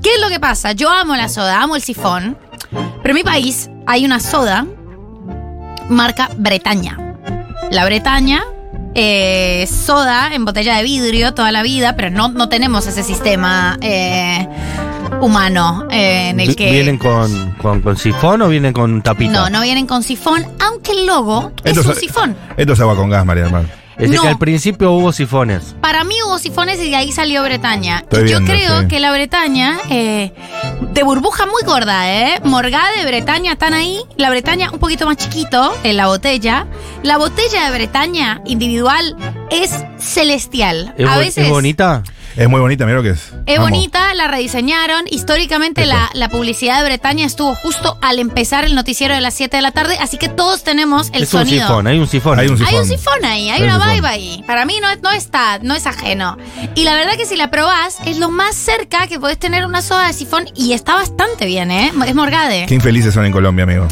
Speaker 4: ¿qué es lo que pasa? Yo amo la soda, amo el sifón. Pero en mi país hay una soda marca Bretaña. La Bretaña, eh, soda en botella de vidrio toda la vida, pero no, no tenemos ese sistema eh, humano eh, en el que...
Speaker 1: ¿Vienen con, con, con sifón o vienen con tapita?
Speaker 4: No, no vienen con sifón, aunque el logo es
Speaker 2: Esto
Speaker 4: un
Speaker 2: es-
Speaker 4: sifón.
Speaker 2: Esto es agua con gas, María del Mar.
Speaker 1: Es de
Speaker 4: no.
Speaker 1: que al principio hubo sifones.
Speaker 4: Para mí hubo sifones y de ahí salió Bretaña.
Speaker 2: Estoy
Speaker 4: Y yo
Speaker 2: viendo,
Speaker 4: creo
Speaker 2: sí.
Speaker 4: que la Bretaña, eh, de burbuja muy gorda, ¿eh? Morgade, Bretaña están ahí. La Bretaña un poquito más chiquito en la botella. La botella de Bretaña individual es celestial.
Speaker 1: ¿Es,
Speaker 4: A
Speaker 1: bo-
Speaker 4: veces
Speaker 1: es bonita?
Speaker 2: Es muy bonita, mira lo que es.
Speaker 4: Es
Speaker 2: Amo.
Speaker 4: bonita, la rediseñaron. Históricamente la, la publicidad de Bretaña estuvo justo al empezar el noticiero de las 7 de la tarde, así que todos tenemos el
Speaker 1: es un
Speaker 4: sonido.
Speaker 1: sifón, hay un sifón.
Speaker 2: Hay un sifón.
Speaker 4: Hay un sifón ahí, hay,
Speaker 2: Hay un
Speaker 4: una
Speaker 2: sifón.
Speaker 4: vibe ahí. Para mí no, es- no está, no es ajeno. Y la verdad que si la probás, es lo más cerca que podés tener una soda de sifón y está bastante bien, ¿eh? Es Morgade.
Speaker 2: Qué infelices son en Colombia, amigo.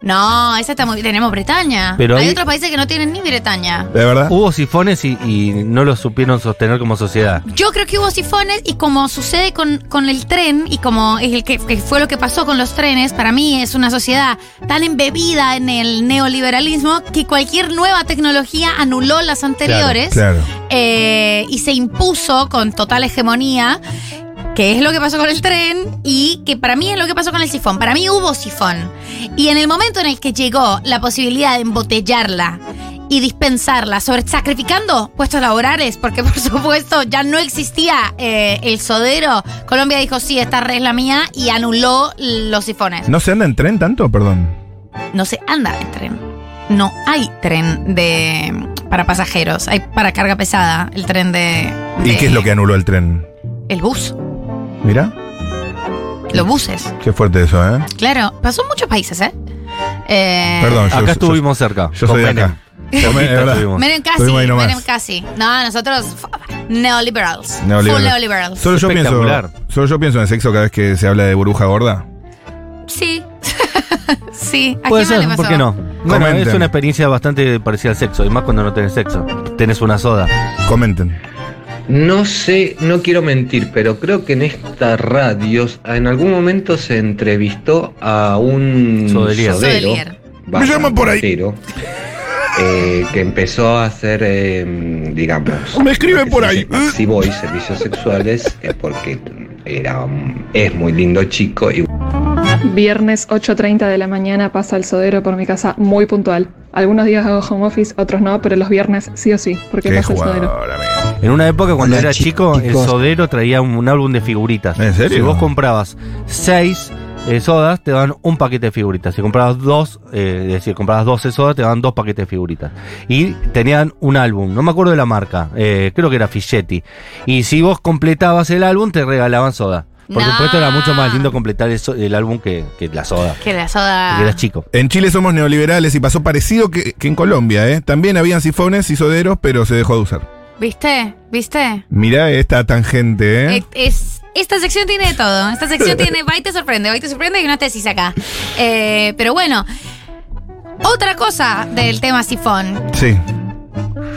Speaker 4: No, esa está muy Tenemos Bretaña.
Speaker 1: Pero
Speaker 4: hay
Speaker 1: ahí-
Speaker 4: otros países que no tienen ni Bretaña.
Speaker 2: ¿De verdad?
Speaker 1: Hubo sifones y, y no los supieron sostener como sociedad.
Speaker 4: Yo creo que hubo sifones y como sucede con, con el tren y como es el que, que fue lo que pasó con los trenes, para mí es una sociedad tan embebida en el neoliberalismo que cualquier nueva tecnología anuló las anteriores
Speaker 2: Claro.
Speaker 4: eh, y se impuso con total hegemonía, que es lo que pasó con el tren y que para mí es lo que pasó con el sifón. Para mí hubo sifón. Y en el momento en el que llegó la posibilidad de embotellarla y dispensarla, sobre sacrificando puestos laborales, porque por supuesto ya no existía eh, el sodero, Colombia dijo, sí, esta red es la mía y anuló los sifones
Speaker 2: ¿No se anda en tren tanto? Perdón.
Speaker 4: no se anda en tren. No hay tren de para pasajeros, hay para carga pesada el tren de,
Speaker 2: ¿Y
Speaker 4: de-
Speaker 2: qué es lo que anuló el tren?
Speaker 4: el bus,
Speaker 2: Mira,
Speaker 4: los buses.
Speaker 2: qué fuerte eso, ¿eh?
Speaker 4: Claro, pasó en muchos países, ¿eh? Eh,
Speaker 2: Perdón, yo-
Speaker 1: Acá
Speaker 2: yo-
Speaker 1: estuvimos cerca.
Speaker 2: Yo, yo
Speaker 1: con
Speaker 2: soy de
Speaker 1: Menem.
Speaker 2: acá. Con Menem, es verdad.
Speaker 1: Estuvimos.
Speaker 4: Menem casi,
Speaker 2: Estuvimos ahí nomás.
Speaker 4: Menem casi. No, nosotros f- neoliberals,
Speaker 2: Neoliberal.
Speaker 4: full neoliberals.
Speaker 2: Solo yo, pienso,
Speaker 1: Espectacular.
Speaker 2: solo yo pienso en sexo cada vez que se habla de burbuja gorda.
Speaker 4: Sí, sí. ¿A
Speaker 1: Puede
Speaker 4: quién
Speaker 1: ser,
Speaker 4: más le
Speaker 1: ¿por
Speaker 4: pasó?
Speaker 1: qué no? Bueno,
Speaker 2: Comenten.
Speaker 1: es una experiencia bastante parecida al sexo, y más cuando no tenés sexo. Tenés una soda.
Speaker 2: Comenten.
Speaker 9: No sé, no quiero mentir, pero creo que en esta radio en algún momento se entrevistó a un
Speaker 1: Sodelier.
Speaker 9: sodero,
Speaker 4: Sodelier.
Speaker 9: barra
Speaker 2: Me llaman por ahí.
Speaker 9: portero, eh, que empezó a hacer, eh, digamos,
Speaker 2: Me escriben
Speaker 9: lo que
Speaker 2: por
Speaker 9: se
Speaker 2: ahí.
Speaker 9: dice Maxi Boy, servicios sexuales, eh, porque era, un- es muy lindo chico y
Speaker 10: Viernes 8.30 de la mañana pasa el sodero por mi casa muy puntual. Algunos días hago home office, otros no, pero los viernes sí o sí, porque
Speaker 2: Qué
Speaker 10: pasa el sodero.
Speaker 2: jugador, amigo.
Speaker 1: En una época cuando
Speaker 9: Hola,
Speaker 1: era
Speaker 9: chicos.
Speaker 1: chico, el sodero traía un, un álbum de figuritas.
Speaker 2: ¿En serio?
Speaker 1: Si vos comprabas seis eh, sodas, te dan un paquete de figuritas. Si comprabas dos, eh, es decir, comprabas 12 sodas, te dan dos paquetes de figuritas. Y tenían un álbum, no me acuerdo de la marca, eh, creo que era Fischetti. Y si vos completabas el álbum, te regalaban soda. Por
Speaker 4: No.
Speaker 1: supuesto, era mucho más lindo completar el, so- el álbum que, que la soda.
Speaker 4: Que la soda.
Speaker 1: Porque eras chico.
Speaker 2: En Chile somos neoliberales y pasó parecido que, que en Colombia, ¿eh? También habían sifones y soderos, pero se dejó de usar.
Speaker 4: ¿Viste? ¿Viste?
Speaker 2: Mirá esta tangente, ¿eh?
Speaker 4: Eh, es- esta sección tiene de todo. Esta sección tiene. Va y te sorprende, va y te sorprende y una tesis acá. Eh, pero bueno. Otra cosa del tema sifón.
Speaker 2: Sí.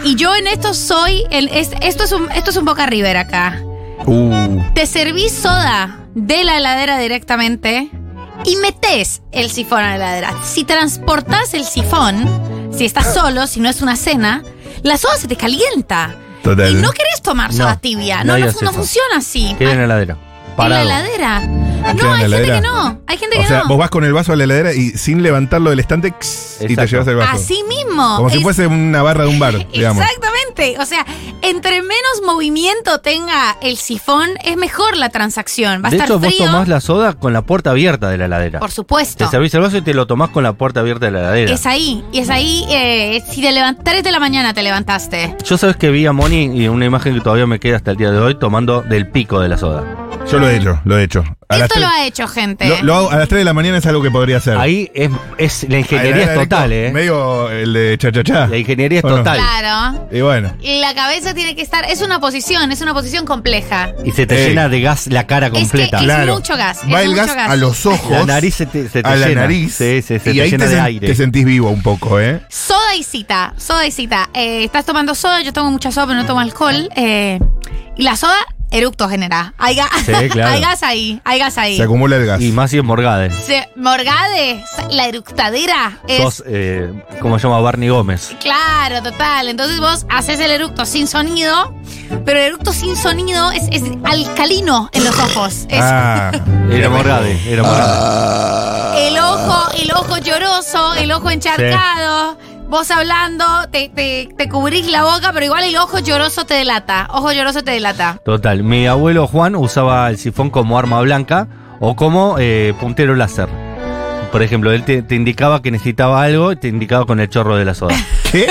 Speaker 4: Y yo en esto soy. el- es- esto, es un, esto es un Boca River acá.
Speaker 2: Uh.
Speaker 4: Te serví soda de la heladera directamente y metes el sifón a la heladera. Si transportás el sifón, si estás solo, si no es una cena, la soda se te calienta.
Speaker 2: Total.
Speaker 4: Y no querés tomar soda
Speaker 1: No,
Speaker 4: tibia.
Speaker 1: no
Speaker 4: No, no,
Speaker 1: digas
Speaker 4: fu- no
Speaker 1: eso.
Speaker 4: funciona así.
Speaker 1: Queda en la heladera. Parado.
Speaker 4: En la heladera.
Speaker 2: Queda en
Speaker 4: No,
Speaker 2: la
Speaker 4: hay gente
Speaker 2: heladera.
Speaker 4: que no. Hay gente que
Speaker 2: O sea,
Speaker 4: no.
Speaker 2: vos vas con el vaso a la heladera y sin levantarlo del estante, x, y te
Speaker 1: Exacto.
Speaker 2: llevas el vaso.
Speaker 4: Así mismo.
Speaker 2: Como si
Speaker 4: Ah, Es-
Speaker 2: fuese una barra de un bar, digamos.
Speaker 4: Exactamente. Totalmente. O sea, entre menos movimiento tenga el sifón, es mejor la transacción. Va a
Speaker 1: de
Speaker 4: estar
Speaker 1: hecho, vos
Speaker 4: frío.
Speaker 1: tomás la soda con la puerta abierta de la heladera.
Speaker 4: Por supuesto.
Speaker 1: Te servís el vaso y te lo tomás con la puerta abierta de la heladera.
Speaker 4: Es ahí, y es ahí, eh, si te levantas, 3 de la mañana te levantaste.
Speaker 1: Yo sabes que vi a Moni y una imagen que todavía me queda hasta el día de hoy tomando del pico de la soda.
Speaker 2: Yo lo he hecho, lo he hecho. A las
Speaker 4: Esto lo
Speaker 2: tres-
Speaker 4: ha hecho gente.
Speaker 2: lo- lo hago- a las 3 de la mañana es algo que podría hacer.
Speaker 1: Ahí es, es- la
Speaker 2: Ahí,
Speaker 1: ingeniería
Speaker 2: ahí,
Speaker 1: es total,
Speaker 2: directo,
Speaker 1: ¿eh?
Speaker 2: Medio el de cha-cha-cha.
Speaker 1: La ingeniería es
Speaker 2: ¿O no?
Speaker 1: total.
Speaker 4: Claro.
Speaker 2: Y bueno.
Speaker 4: Y La cabeza tiene que estar, es una posición, es una posición compleja.
Speaker 1: Y se te
Speaker 2: Ey.
Speaker 1: llena de gas la cara completa.
Speaker 4: Es que
Speaker 2: Claro.
Speaker 4: es mucho gas.
Speaker 2: Va
Speaker 4: es
Speaker 2: el
Speaker 4: mucho
Speaker 2: gas a los ojos.
Speaker 1: La nariz se te, se te
Speaker 2: a la
Speaker 1: llena.
Speaker 2: nariz.
Speaker 1: Sí, sí, se
Speaker 2: y
Speaker 1: te
Speaker 2: ahí
Speaker 1: llena
Speaker 2: te,
Speaker 1: de
Speaker 2: sen-
Speaker 1: aire.
Speaker 2: te sentís vivo un poco, ¿eh?
Speaker 4: Soda y cita, soda y cita. Eh, estás tomando soda, yo tomo mucha soda, pero no tomo alcohol. eh, y la soda, eructo genera. Hay, ga-
Speaker 1: Sí, claro.
Speaker 4: hay gas ahí, hay gas ahí.
Speaker 2: Se acumula el gas.
Speaker 1: y más si es Morgade.
Speaker 4: Se- Morgade, la eructadera es...
Speaker 1: Sos, eh, ¿cómo se llama? Barney Gómez.
Speaker 4: Claro, total. Entonces vos haces el eructo sin sonido, pero el eructo sin sonido es, es alcalino en los ojos. Es
Speaker 2: Ah,
Speaker 1: Era Morgade, era Morgade.
Speaker 4: el ojo, el ojo lloroso, el ojo encharcado. Vos hablando, te, te, te cubrís la boca, pero igual el ojo lloroso te delata. Ojo lloroso te delata.
Speaker 1: Total. Mi abuelo Juan usaba el sifón como arma blanca o como eh, puntero láser. Por ejemplo, él te, te indicaba que necesitaba algo y te indicaba con el chorro de la soda.
Speaker 2: ¿Qué?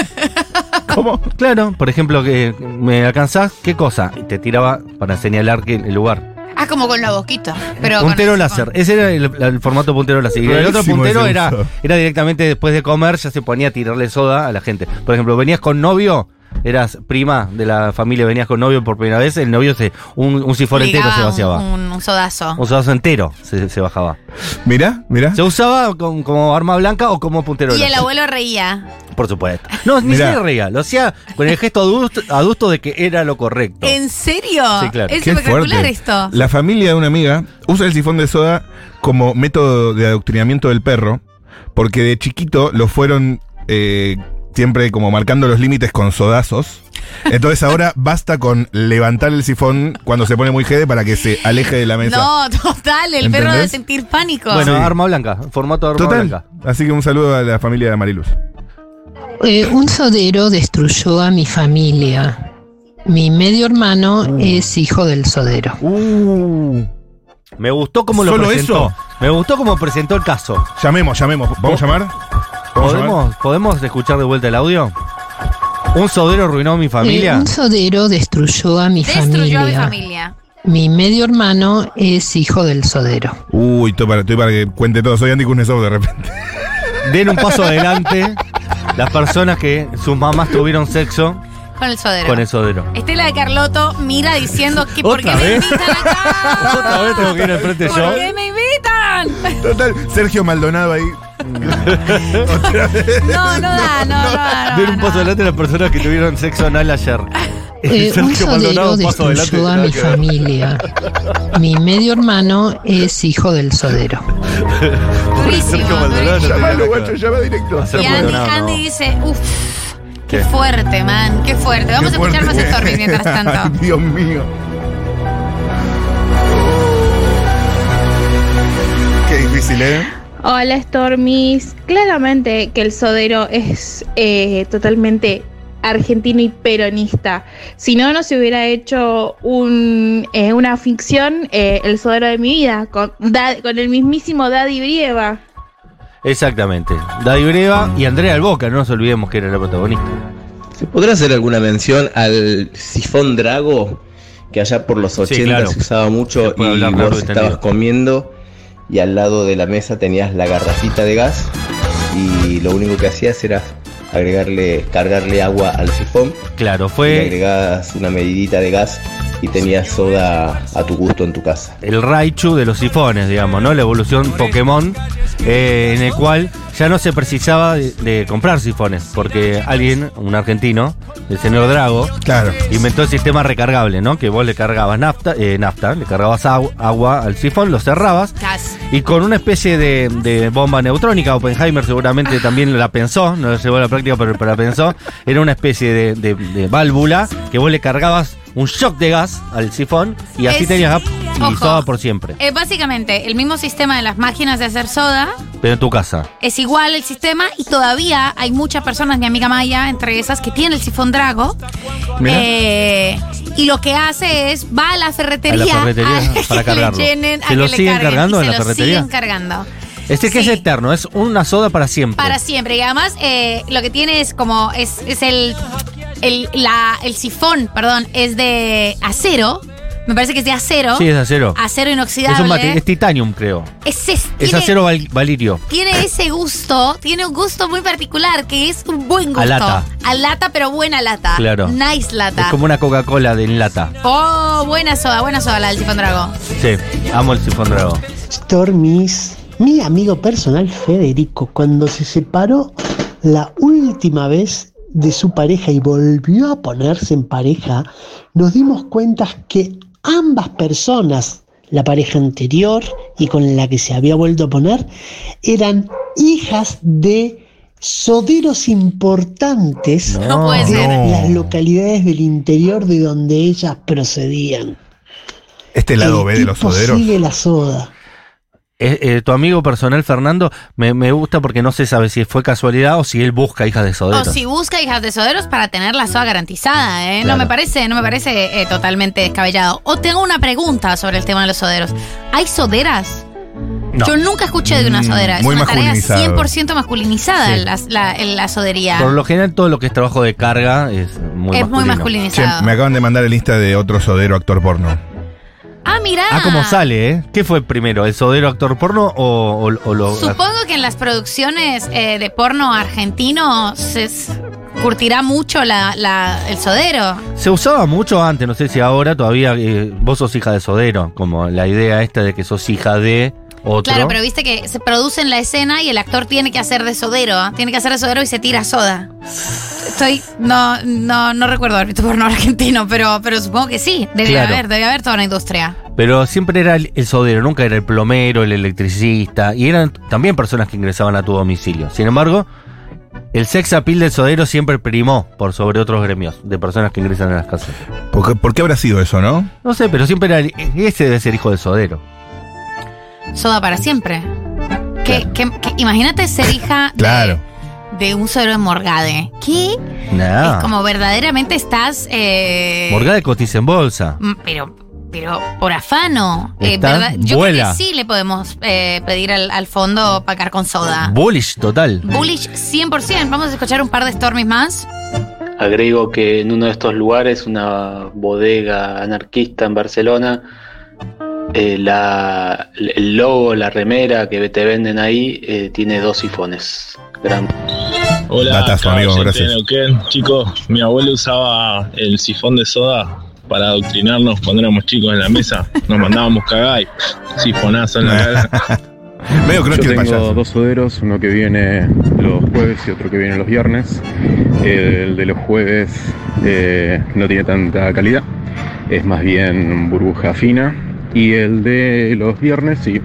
Speaker 2: ¿Cómo?
Speaker 1: Claro, por ejemplo, que me alcanzás, ¿qué cosa? Y te tiraba para señalar que- el lugar.
Speaker 4: Ah, como con la boquita. Pero con
Speaker 1: puntero
Speaker 4: el-
Speaker 1: láser. Ese era el, el formato puntero láser. Y el otro
Speaker 2: Rarísimo
Speaker 1: puntero
Speaker 2: ese
Speaker 1: era,
Speaker 2: uso.
Speaker 1: era directamente después de comer, ya se ponía a tirarle soda a la gente. Por ejemplo, venías con novio, eras prima de la familia, venías con novio por primera vez, el novio se, un, un sifón entero
Speaker 4: ligaba
Speaker 1: se vaciaba.
Speaker 4: Un,
Speaker 1: Un,
Speaker 4: un- un sodazo.
Speaker 1: sodazo entero se, se bajaba.
Speaker 2: Mirá, mirá.
Speaker 1: Se usaba con- como arma blanca o como puntero
Speaker 4: Y el
Speaker 1: láser.
Speaker 4: abuelo reía.
Speaker 1: Por supuesto. No, ni
Speaker 2: Mirá.
Speaker 1: se reía. Lo hacía con el gesto adusto, adusto de que era lo correcto.
Speaker 4: ¿En serio?
Speaker 1: Sí, claro.
Speaker 4: Es
Speaker 2: Qué
Speaker 4: espectacular
Speaker 2: fuerte.
Speaker 4: esto.
Speaker 2: La familia de una amiga usa el sifón de soda como método de adoctrinamiento del perro, porque de chiquito lo fueron eh, siempre como marcando los límites con sodazos. Entonces ahora basta con levantar el sifón cuando se pone muy jede para que se aleje de la mesa.
Speaker 4: No, total, el perro
Speaker 2: ¿Entendés?
Speaker 4: debe sentir pánico.
Speaker 1: Bueno,
Speaker 2: Sí.
Speaker 1: arma blanca, formato arma
Speaker 2: Total.
Speaker 1: blanca.
Speaker 2: Así que un saludo a la familia de Mariluz.
Speaker 11: Eh, un sodero destruyó a mi familia. Mi medio hermano es hijo del sodero.
Speaker 2: Uh.
Speaker 1: Me gustó cómo lo
Speaker 2: ¿Solo
Speaker 1: presentó.
Speaker 2: eso?
Speaker 1: Me gustó cómo presentó el caso.
Speaker 2: Llamemos, llamemos. ¿Vamos a llamar? ¿Vamos a llamar?
Speaker 1: ¿Podemos, ¿Podemos escuchar de vuelta el audio? Un sodero arruinó a mi
Speaker 11: Eh,
Speaker 1: familia.
Speaker 11: un sodero destruyó a mi familia.
Speaker 4: Destruyó a mi familia.
Speaker 11: Mi medio hermano es hijo del sodero.
Speaker 2: Uy, estoy para, estoy para que cuente todo. Soy Andy Kuznetsov de repente.
Speaker 1: Den un paso adelante las personas que sus mamás tuvieron sexo
Speaker 4: Con el sodero.
Speaker 1: con el sodero.
Speaker 4: Estela de Carlotto mira diciendo que ¿por qué
Speaker 1: ¿Otra
Speaker 4: me
Speaker 1: vez?
Speaker 4: invitan acá?
Speaker 1: Otra vez tengo que ir al frente
Speaker 4: ¿Por
Speaker 1: yo.
Speaker 4: qué me invitan?
Speaker 2: Total, Sergio Maldonado ahí. Otra vez.
Speaker 4: No, no da, no, no, da, no,
Speaker 1: Den un
Speaker 4: no.
Speaker 1: paso adelante las personas que tuvieron sexo anal ayer.
Speaker 11: Eh, un
Speaker 1: Sergio Maldonado,
Speaker 11: sodero
Speaker 1: un paso adelante,
Speaker 11: destruyó a
Speaker 1: nada
Speaker 11: mi
Speaker 1: que ver.
Speaker 11: familia. Mi medio hermano es hijo del sodero.
Speaker 4: Durísimo,
Speaker 1: Sergio Maldonado no
Speaker 4: durísimo.
Speaker 1: tenía nada
Speaker 2: Llamalo,
Speaker 1: que
Speaker 2: guacho,
Speaker 1: ver.
Speaker 2: llama directo.
Speaker 1: Hacer
Speaker 4: Y Andy,
Speaker 1: Maldonado, no.
Speaker 4: Andy dice, uff, qué,
Speaker 1: ¿Qué?
Speaker 4: fuerte, man, qué fuerte. Vamos
Speaker 2: Qué
Speaker 4: a escuchar más
Speaker 2: fuerte.
Speaker 4: Stormy mientras
Speaker 2: Ay,
Speaker 4: tanto.
Speaker 2: Dios mío. Qué difícil, ¿eh?
Speaker 12: Hola Stormis, claramente que el sodero es eh, totalmente argentino y peronista. Si no, no se hubiera hecho un, eh, una ficción, eh, el sodero de mi vida, con, Da- con el mismísimo Daddy Brieva.
Speaker 1: Exactamente. Daddy Breva y Andrea Alboca, no nos olvidemos que era la protagonista.
Speaker 9: ¿Se podrá hacer alguna mención al sifón Drago? Que allá por los 80
Speaker 1: claro.
Speaker 9: se usaba
Speaker 1: Se
Speaker 9: mucho
Speaker 1: puede
Speaker 9: y
Speaker 1: hablar largo
Speaker 9: vos
Speaker 1: y
Speaker 9: estabas
Speaker 1: tendido.
Speaker 9: comiendo y al lado de la mesa tenías la garrafita de gas y lo único que hacías era agregarle, cargarle agua al sifón
Speaker 1: Claro,
Speaker 9: y le
Speaker 1: fue
Speaker 9: agregabas una medidita de gas y tenías soda a tu gusto en tu casa.
Speaker 1: el Raichu de los sifones, digamos, ¿no? La evolución Pokémon, eh, en el cual ya no se precisaba de, de comprar sifones, porque alguien, un argentino, el señor Drago,
Speaker 2: Claro.
Speaker 1: inventó el sistema recargable, ¿no? Que vos le cargabas nafta, eh, nafta le cargabas agu- agua al sifón, lo cerrabas.
Speaker 4: Cas.
Speaker 1: Y con una especie de, de bomba neutrónica, Oppenheimer seguramente también la pensó, no la llevó a la práctica, pero, pero la pensó. Era una especie de, de- de válvula que vos le cargabas un shock de gas al sifón y así
Speaker 4: Es-
Speaker 1: tenías gas y
Speaker 4: Ojo.
Speaker 1: soda por siempre.
Speaker 4: Eh, básicamente, el mismo sistema de las máquinas de hacer soda
Speaker 1: Pero en tu casa.
Speaker 4: es igual el sistema y todavía hay muchas personas, mi amiga Maya, entre esas, que tiene el sifón Drago.
Speaker 1: Mira.
Speaker 4: Eh, y lo que hace es va a la ferretería,
Speaker 1: A la ferretería
Speaker 4: que
Speaker 1: para
Speaker 4: le
Speaker 1: cargarlo.
Speaker 4: llenen, a
Speaker 1: ¿Se lo
Speaker 4: que le
Speaker 1: siguen
Speaker 4: carguen,
Speaker 1: cargando
Speaker 4: y
Speaker 1: en
Speaker 4: se
Speaker 1: la
Speaker 4: lo
Speaker 1: ferretería?
Speaker 4: siguen cargando.
Speaker 1: Es Este que es eterno, es una soda para siempre.
Speaker 4: Para siempre. Y además, eh, lo que tiene es como. Es, es el. El, la- el sifón, perdón, es de acero. Me parece que es de acero.
Speaker 1: Sí, es de acero.
Speaker 4: Acero inoxidable.
Speaker 1: es, un mate- es titanium, creo.
Speaker 4: Es, es-
Speaker 1: Es
Speaker 4: ¿eh? tiene,
Speaker 1: acero val- valirio.
Speaker 4: tiene ese gusto, tiene un gusto muy particular, que es un buen gusto.
Speaker 1: A lata.
Speaker 4: A lata, pero buena lata.
Speaker 1: Claro.
Speaker 4: Nice lata.
Speaker 1: Es como una Coca-Cola de en lata.
Speaker 4: Oh, buena soda, buena soda la del sifón drago.
Speaker 1: Sí, amo el sifón drago.
Speaker 13: Stormis, mi amigo personal Federico, cuando se separó la última vez de su pareja y volvió a ponerse en pareja, nos dimos cuenta que ambas personas, la pareja anterior y con la que se había vuelto a poner, eran hijas de soderos importantes
Speaker 14: No puede
Speaker 13: de
Speaker 14: ser.
Speaker 13: las localidades del interior de donde ellas procedían.
Speaker 2: Este lado B de los
Speaker 13: Tipo
Speaker 2: soderos.
Speaker 13: Sigue la soda.
Speaker 1: Eh, eh, tu amigo personal, Fernando, me, me gusta porque no se sabe si fue casualidad o si él busca hijas de
Speaker 4: O
Speaker 1: soderos.
Speaker 4: si busca hijas de soderos para tener la soda garantizada, ¿eh?
Speaker 1: Claro.
Speaker 4: No me parece, no me parece eh, totalmente descabellado. O tengo una pregunta sobre el tema de los soderos. ¿Hay soderas?
Speaker 1: No.
Speaker 4: Yo nunca escuché de una
Speaker 1: Mm,
Speaker 4: sodera. Es
Speaker 1: muy
Speaker 4: una tarea
Speaker 1: masculinizado.
Speaker 4: 100% masculinizada
Speaker 1: Sí.
Speaker 4: en la, la- en la sodería.
Speaker 1: Por lo general, todo lo que es trabajo de carga es muy
Speaker 4: Es
Speaker 1: masculino.
Speaker 4: muy masculinizado.
Speaker 2: Che, me acaban de mandar el lista de otro sodero actor porno.
Speaker 4: Ah, mirá.
Speaker 1: Ah, como sale, ¿eh? ¿Qué fue primero, el sodero actor porno o, o- o lo...?
Speaker 4: Supongo que en las producciones eh, de porno argentino se s- curtirá mucho la- la- el sodero.
Speaker 1: Se usaba mucho antes, no sé si ahora todavía eh, vos sos hija de sodero, como la idea esta de que sos hija de otro.
Speaker 4: Claro, pero viste que se produce en la escena y el actor tiene que hacer de sodero, ¿ah? tiene que hacer de sodero y se tira soda. Estoy, no, no, no recuerdo haber visto porno argentino, pero, pero supongo que sí, debe
Speaker 1: Claro.
Speaker 4: haber, debe haber toda una industria.
Speaker 1: Pero siempre era el, el sodero, nunca era el plomero, el electricista, y eran también personas que ingresaban a tu domicilio. Sin embargo, el sex appeal del sodero siempre primó por sobre otros gremios de personas que ingresan a las casas.
Speaker 2: ¿Por qué, por qué habrá sido eso, no?
Speaker 1: No sé, pero siempre era el- ese debe ser hijo del sodero.
Speaker 4: Soda para siempre. Que, que- que- imagínate ser hija
Speaker 1: Claro.
Speaker 4: de un sodero de Morgade. ¿Qué?
Speaker 1: Nah.
Speaker 4: Es como verdaderamente estás, eh,
Speaker 1: Ah. Morgade cotiza en bolsa.
Speaker 4: mm, pero, pero por afano. Eh,
Speaker 1: Está-
Speaker 4: verdad- yo
Speaker 1: vuela.
Speaker 4: creo que sí le podemos eh, pedir al, al fondo pagar con soda.
Speaker 1: Bullish total.
Speaker 4: Bullish 100%. Vamos a escuchar un par de Stormies más.
Speaker 15: Agrego que en uno de estos lugares, una bodega anarquista en Barcelona, eh, la- el logo, la remera que te venden ahí, eh, tiene dos sifones. Gran-
Speaker 16: Hola,
Speaker 2: Datazo, amigo,
Speaker 16: caballete
Speaker 2: gracias.
Speaker 16: de Neuquén. Chicos, mi abuelo usaba el sifón de soda para adoctrinarnos cuando éramos chicos en la mesa. Nos mandábamos cagay, sifonazo en la cara.
Speaker 2: Medio
Speaker 17: Yo tengo dos soderos, uno que viene los jueves y otro que viene los viernes. El de los jueves eh, no tiene tanta calidad, es más bien burbuja fina. Y el de los viernes sí,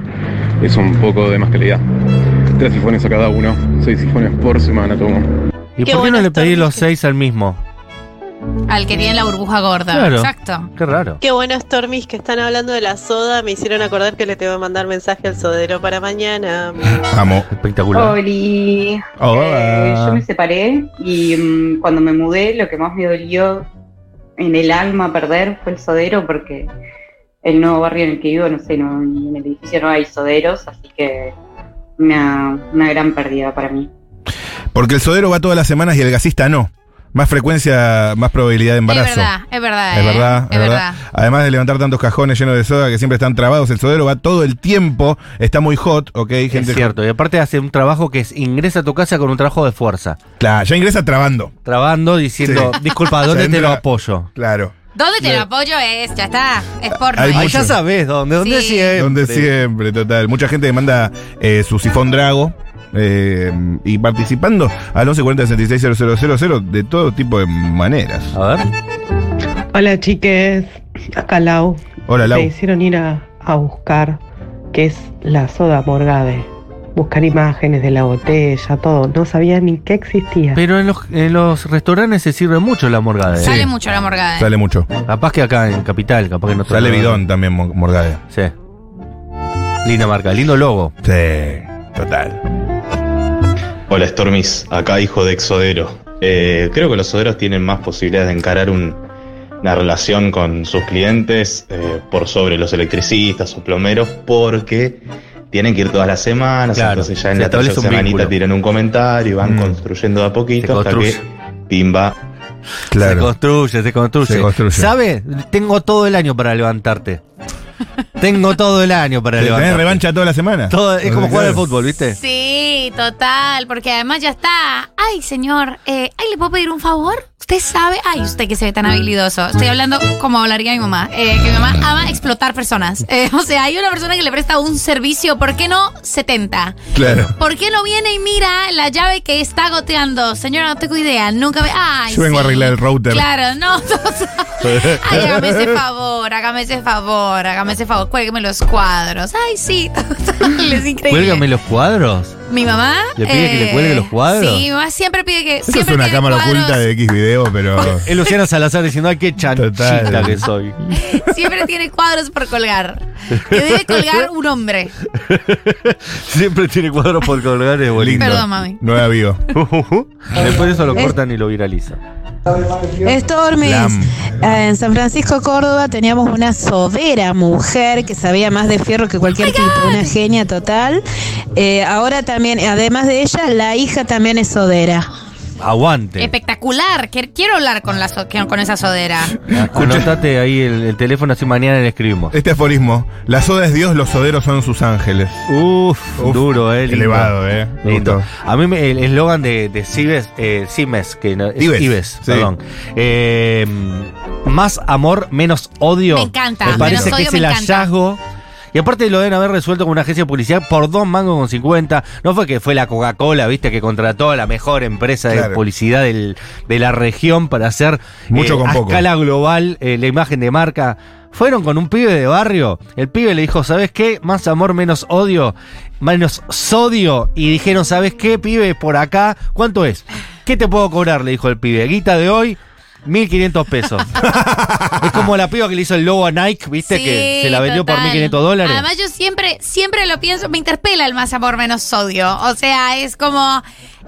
Speaker 17: es un poco de más calidad. Tres sifones a cada uno, seis sifones por semana tomo.
Speaker 1: ¿Y por
Speaker 4: Qué
Speaker 1: qué no
Speaker 4: buena
Speaker 1: le pedí los seis al mismo?
Speaker 4: Al que tiene la burbuja gorda.
Speaker 1: Claro.
Speaker 4: Exacto.
Speaker 1: Qué raro.
Speaker 18: Qué buenos Tormis que están hablando de la soda. Me hicieron acordar que le tengo que mandar mensaje al sodero para mañana.
Speaker 2: Amo.
Speaker 1: Espectacular.
Speaker 14: Oli.
Speaker 2: Hola.
Speaker 14: Eh, yo me separé y mm, cuando me mudé lo que más me dolió en el alma perder fue el sodero porque el nuevo barrio en el que vivo, no sé, no, ni en el edificio no hay soderos, así que una, una gran pérdida para mí.
Speaker 2: Porque el sodero va todas las semanas y el gasista no. Más frecuencia, más probabilidad de embarazo.
Speaker 4: Es verdad, es verdad.
Speaker 2: Es
Speaker 4: eh.
Speaker 2: verdad,
Speaker 4: es
Speaker 2: es verdad. Además de levantar tantos cajones llenos de soda que siempre están trabados, el sodero va todo el tiempo, está muy hot, ok, gente.
Speaker 1: Es cierto, y aparte hace un trabajo que es ingresa a tu casa con un trabajo de fuerza.
Speaker 2: Claro, ya ingresa trabando.
Speaker 1: Trabando diciendo,
Speaker 2: Sí.
Speaker 1: disculpa,
Speaker 2: Ya
Speaker 1: ¿dónde te
Speaker 2: entra-
Speaker 1: lo apoyo?
Speaker 2: Claro.
Speaker 4: ¿Dónde te lo apoyo? Es, ya está. Es porno.
Speaker 2: Hay
Speaker 4: eh.
Speaker 2: mucho.
Speaker 1: Ya sabes dónde, dónde
Speaker 4: Sí.
Speaker 1: siempre.
Speaker 2: Donde siempre, total. Mucha gente demanda eh, su sifón drago. eh, y participando al 1140 66 000 de todo tipo de maneras.
Speaker 1: A ver.
Speaker 19: Hola chiques, acá Lau.
Speaker 2: Hola, Lau.
Speaker 19: Me hicieron ir a, a buscar qué es la soda morgade. buscar imágenes de la botella, todo. No sabía ni que existía.
Speaker 1: Pero en los, en los restaurantes se sirve mucho la morgade.
Speaker 4: Sale mucho la morgada. ¿eh?
Speaker 2: Sale mucho.
Speaker 1: Capaz que acá en Capital, capaz que en otro
Speaker 2: Sale
Speaker 1: lado.
Speaker 2: bidón también, Mo- Morgade.
Speaker 1: Sí. Linda marca, lindo logo.
Speaker 2: Sí, total.
Speaker 20: Hola Stormis, acá hijo de Exodero. Eh, creo que los soderos tienen más posibilidades de encarar un- una relación con sus clientes eh, por sobre los electricistas o plomeros porque tienen que ir todas las semanas,
Speaker 1: Claro,
Speaker 20: entonces ya en
Speaker 1: se
Speaker 20: la tercera
Speaker 1: establece un
Speaker 20: semanita
Speaker 1: vínculo. Mm.
Speaker 20: tiran un comentario y van construyendo de a poquito hasta que
Speaker 1: construye.
Speaker 20: pimba.
Speaker 1: Se construye, se construye.
Speaker 20: Se construye.
Speaker 1: ¿Sabe? Tengo todo el año para levantarte. Tengo todo el año para
Speaker 2: Tenés
Speaker 1: levantarte.
Speaker 2: revancha toda la semana.
Speaker 1: Todo- es como
Speaker 2: Claro.
Speaker 1: jugar al fútbol, ¿viste?
Speaker 4: Sí, total, porque además ya está. Ay, señor, eh, ay, ¿le puedo pedir un favor? Usted sabe, ay, usted que se ve tan habilidoso. Estoy hablando como hablaría mi mamá, eh, que mi mamá ama explotar personas. Eh, o sea, hay una persona que le presta un servicio, ¿por qué no 70?
Speaker 2: Claro.
Speaker 4: ¿Por qué no viene y mira la llave que está goteando? Señora, no tengo idea, nunca me... Ay,
Speaker 2: Yo vengo a
Speaker 4: sí.
Speaker 2: arreglar el router.
Speaker 4: Claro, no, total. Ay, hágame ese favor, hágame ese favor, hágame ese favor, cuélgueme los cuadros. Ay, sí, total, es increíble.
Speaker 1: Cuélgame los cuadros.
Speaker 4: Mi mamá. eh,
Speaker 1: ¿Le pide que le cuelgue los cuadros?
Speaker 4: Sí, mi mamá siempre pide que.
Speaker 2: Eso es
Speaker 4: siempre
Speaker 2: una
Speaker 4: pide
Speaker 2: cámara
Speaker 4: cuadros,
Speaker 2: oculta de X video, pero.
Speaker 1: Es Luciana Salazar diciendo, ay, qué chanchita
Speaker 2: Total.
Speaker 1: que soy.
Speaker 4: Siempre tiene cuadros por colgar. Que debe colgar un hombre.
Speaker 1: Siempre tiene cuadros por colgar, es bonito.
Speaker 4: Perdón, mami.
Speaker 2: Nueva vivo.
Speaker 1: Después eso lo cortan y lo viralizan.
Speaker 21: Stormis,
Speaker 1: Lam.
Speaker 21: eh, en San Francisco, Córdoba, teníamos una sobera mujer que sabía más de fierro que cualquier tipo, una genia total. Eh, ahora también, además de ella, la hija también es sodera.
Speaker 1: Aguante.
Speaker 4: Espectacular. que- Quiero hablar con, la so- con esa sodera.
Speaker 1: Ah, Anotate ahí el, el teléfono, así mañana le escribimos.
Speaker 2: Este aforismo. La soda es Dios, los soderos son sus ángeles.
Speaker 1: Uf, duro, eh. lindo.
Speaker 2: Elevado, eh. Me
Speaker 1: Lindo.
Speaker 2: gustó.
Speaker 1: A mí me- el eslogan de, de Cibes, eh, Cimes, que no, es
Speaker 2: Ives,
Speaker 1: Ives,
Speaker 2: sí.
Speaker 1: perdón. Eh, más amor, menos odio.
Speaker 4: Me encanta,
Speaker 1: Me parece
Speaker 4: menos
Speaker 1: que
Speaker 4: odio
Speaker 1: es
Speaker 4: me
Speaker 1: el
Speaker 4: encanta.
Speaker 1: hallazgo. Y aparte lo deben haber resuelto con una agencia de publicidad por dos mangos con 50. No fue que fue la Coca-Cola, viste, que contrató a la mejor empresa de
Speaker 2: Claro.
Speaker 1: publicidad del- de la región para hacer
Speaker 2: Mucho con
Speaker 1: Eh, a
Speaker 2: poco.
Speaker 1: escala global eh, la imagen de marca. Fueron con un pibe de barrio. El pibe le dijo, ¿sabes qué? Más amor, menos odio, menos sodio. Y dijeron, ¿sabes qué, pibe? Por acá, ¿cuánto es? ¿Qué te puedo cobrar? Le dijo el pibe. Guita de hoy, 1.500 pesos. es como la piba que le hizo el logo a Nike, ¿viste? que
Speaker 4: Sí,
Speaker 1: se la vendió por
Speaker 4: total.
Speaker 1: 1.500 dólares.
Speaker 4: Además, yo siempre, siempre lo pienso, me interpela el más amor menos sodio. O sea, es como,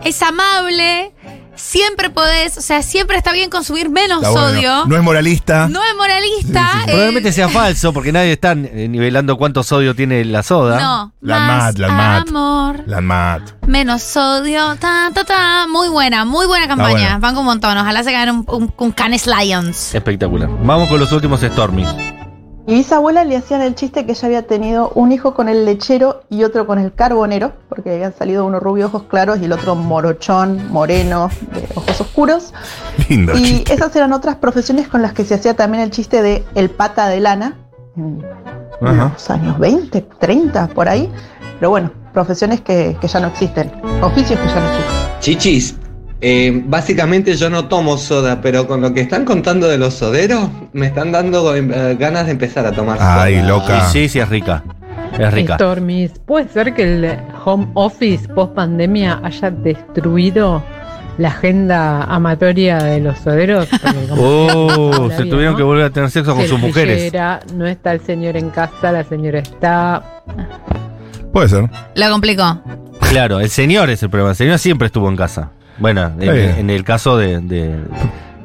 Speaker 4: es amable, siempre podés, o sea, siempre está bien consumir menos
Speaker 2: Está bueno.
Speaker 4: sodio.
Speaker 2: No es moralista.
Speaker 4: No es moralista. eh,
Speaker 1: Probablemente sea falso, porque nadie está eh, nivelando cuánto sodio tiene la soda.
Speaker 4: No,
Speaker 2: La
Speaker 4: más
Speaker 2: mat, la mat.
Speaker 4: amor,
Speaker 2: La mat.
Speaker 4: menos sodio, ta, ta, ta. Muy buena, muy buena campaña.
Speaker 1: bueno.
Speaker 4: Van con un montón. Ojalá se ganen un, un- un Canes Lions.
Speaker 1: Espectacular. Vamos con los últimos Stormies.
Speaker 22: Mi bisabuela le hacían el chiste que ella había tenido un hijo con el lechero y otro con el carbonero, porque habían salido uno rubio, ojos claros, y el otro morochón, moreno, de ojos oscuros.
Speaker 2: Lindo
Speaker 22: y
Speaker 2: chiste.
Speaker 22: esas eran otras profesiones con las que se hacía también el chiste de el pata de lana,
Speaker 2: Ajá.
Speaker 22: los años 20, 30, por ahí. Pero bueno, profesiones que, que ya no existen, oficios que ya no existen.
Speaker 23: Chichis, eh, básicamente yo no tomo soda, pero con lo que están contando de los soderos, me están dando eh, ganas de empezar a tomar soda.
Speaker 1: Ay, loca. Sí, sí, sí, es rica. Es rica.
Speaker 19: Stormis, ¿puede ser que el home office post pandemia haya destruido la agenda amatoria de los soderos? Porque como
Speaker 1: Oh,
Speaker 19: la
Speaker 1: se
Speaker 19: vida,
Speaker 1: tuvieron
Speaker 19: ¿no?
Speaker 1: que volver a tener sexo con
Speaker 19: Que
Speaker 1: sus
Speaker 19: la
Speaker 1: mujeres.
Speaker 19: señora, No está el señor en casa, la señora está.
Speaker 2: Puede ser.
Speaker 4: Lo complicó.
Speaker 1: Claro, el señor es el problema. El señor siempre estuvo en casa. Bueno, en,
Speaker 2: Está bien.
Speaker 1: en el caso de, de-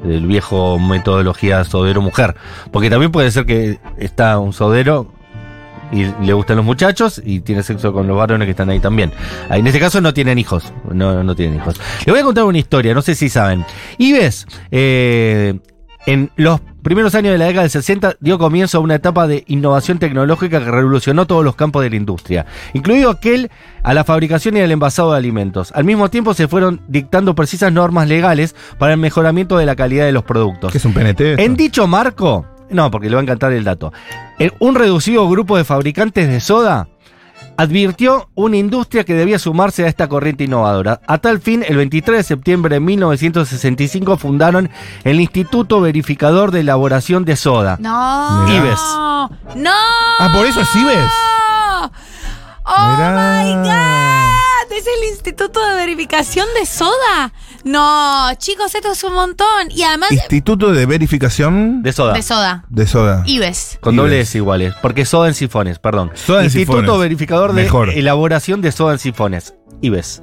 Speaker 1: del viejo metodología sodero-mujer. Porque también puede ser que está un sodero y le gustan los muchachos y tiene sexo con los varones que están ahí también. Ah, En este caso no tienen hijos. No, no tienen hijos. Les voy a contar una historia, no sé si saben. Ives, eh, en los primeros años de la década del 60 dio comienzo a una etapa de innovación tecnológica que revolucionó todos los campos de la industria, incluido aquel a la fabricación y al envasado de alimentos. Al mismo tiempo se fueron dictando precisas normas legales para el mejoramiento de la calidad de los productos.
Speaker 2: ¿Qué es un PNT? esto?
Speaker 1: En dicho marco, no, porque le va a encantar el dato, en un reducido grupo de fabricantes de soda advirtió una industria que debía sumarse a esta corriente innovadora. A tal fin, el 23 de septiembre de 1965 fundaron el Instituto Verificador de Elaboración de Soda.
Speaker 4: No.
Speaker 1: Mirá. Ibes.
Speaker 4: No. No.
Speaker 1: Ah, por eso es Ibes.
Speaker 4: Oh
Speaker 2: Mirá.
Speaker 4: my God. instituto de verificación de soda. No, chicos, esto es un montón. Y además
Speaker 2: Instituto de Verificación
Speaker 1: de soda.
Speaker 4: de soda.
Speaker 2: de soda.
Speaker 4: Ibes.
Speaker 1: Con dobles iguales, porque soda en sifones, perdón.
Speaker 2: Soda en
Speaker 1: Instituto
Speaker 2: sifones.
Speaker 1: Verificador de
Speaker 2: Mejor.
Speaker 1: Elaboración de Soda en Sifones, IBES.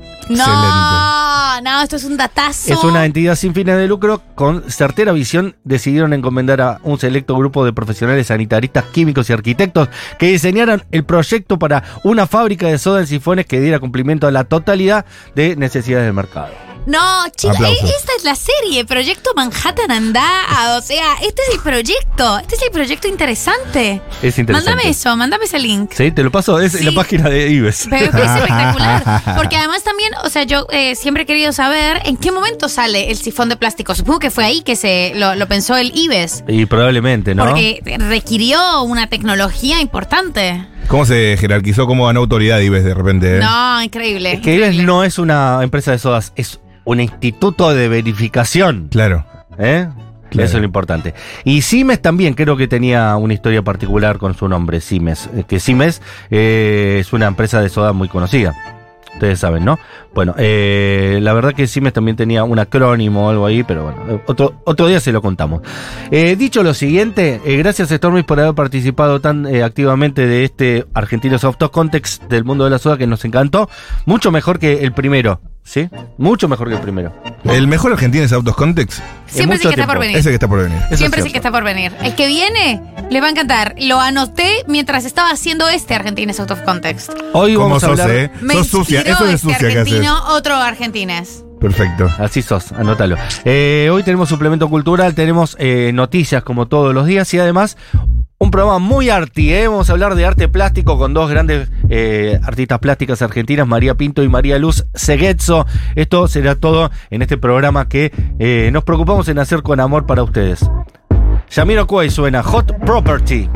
Speaker 4: No, no, esto es un datazo.
Speaker 1: Es una entidad sin fines de lucro con certera visión. Decidieron encomendar a un selecto grupo de profesionales sanitaristas, químicos y arquitectos que diseñaran el proyecto para una fábrica de soda en sifones que diera cumplimiento a la totalidad de necesidades del mercado.
Speaker 4: No, chicos, e-
Speaker 1: Aplausos.
Speaker 4: esta es la serie, Proyecto Manhattan Andá. O sea, este es el proyecto. Este es el proyecto interesante.
Speaker 1: Es interesante.
Speaker 4: Mándame eso, mándame ese link.
Speaker 1: Sí, te lo paso. Es
Speaker 4: Sí.
Speaker 1: la página de IBES.
Speaker 4: Pero es espectacular. Porque además también, o sea, yo eh, siempre he querido saber en qué momento sale el sifón de plástico. Supongo que fue ahí que se lo, lo pensó el IBES.
Speaker 1: Y probablemente, ¿no?
Speaker 4: Porque requirió una tecnología importante.
Speaker 2: ¿Cómo se jerarquizó? ¿Cómo ganó autoridad Ives de repente? eh?
Speaker 4: No, increíble.
Speaker 1: Que IBES no es una empresa de sodas, es un instituto de verificación.
Speaker 2: Claro.
Speaker 1: ¿Eh? Eso es lo importante. Y Simes también creo que tenía una historia particular con su nombre, Simes. Eh, Que Simes eh, es una empresa de soda muy conocida. Ustedes saben, ¿no? Bueno, eh, la verdad que Simes también tenía un acrónimo o algo ahí, pero bueno, eh, otro, otro día se lo contamos. Eh, dicho lo siguiente, eh, gracias Stormis por haber participado tan eh, activamente de este argentino soft context del mundo de la soda que nos encantó. Mucho mejor que el primero, ¿sí? Mucho mejor que el primero.
Speaker 2: El mejor argentino es Autos Context.
Speaker 4: Siempre es el que está por venir.
Speaker 2: Ese que está por venir.
Speaker 4: Siempre es el que está por venir. El que viene le va a encantar. Lo anoté mientras estaba haciendo este Argentines Out of Context.
Speaker 1: Hoy
Speaker 2: ¿Cómo
Speaker 1: vamos a
Speaker 2: sos,
Speaker 1: hablar...
Speaker 2: eh? Sos sucia,
Speaker 4: inspiró
Speaker 2: eso es
Speaker 4: este
Speaker 2: sucia que haces.
Speaker 4: argentino, otro Argentines.
Speaker 2: Perfecto.
Speaker 1: Así sos, anótalo. Eh, hoy tenemos suplemento cultural, tenemos eh, noticias como todos los días y además un programa muy arty. ¿eh? Vamos a hablar de arte plástico con dos grandes eh, artistas plásticas argentinas, María Pinto y María Luz Seguezzo. Esto será todo en este programa que eh, nos preocupamos en hacer con amor para ustedes. Yamiro Cuey suena Hot Property.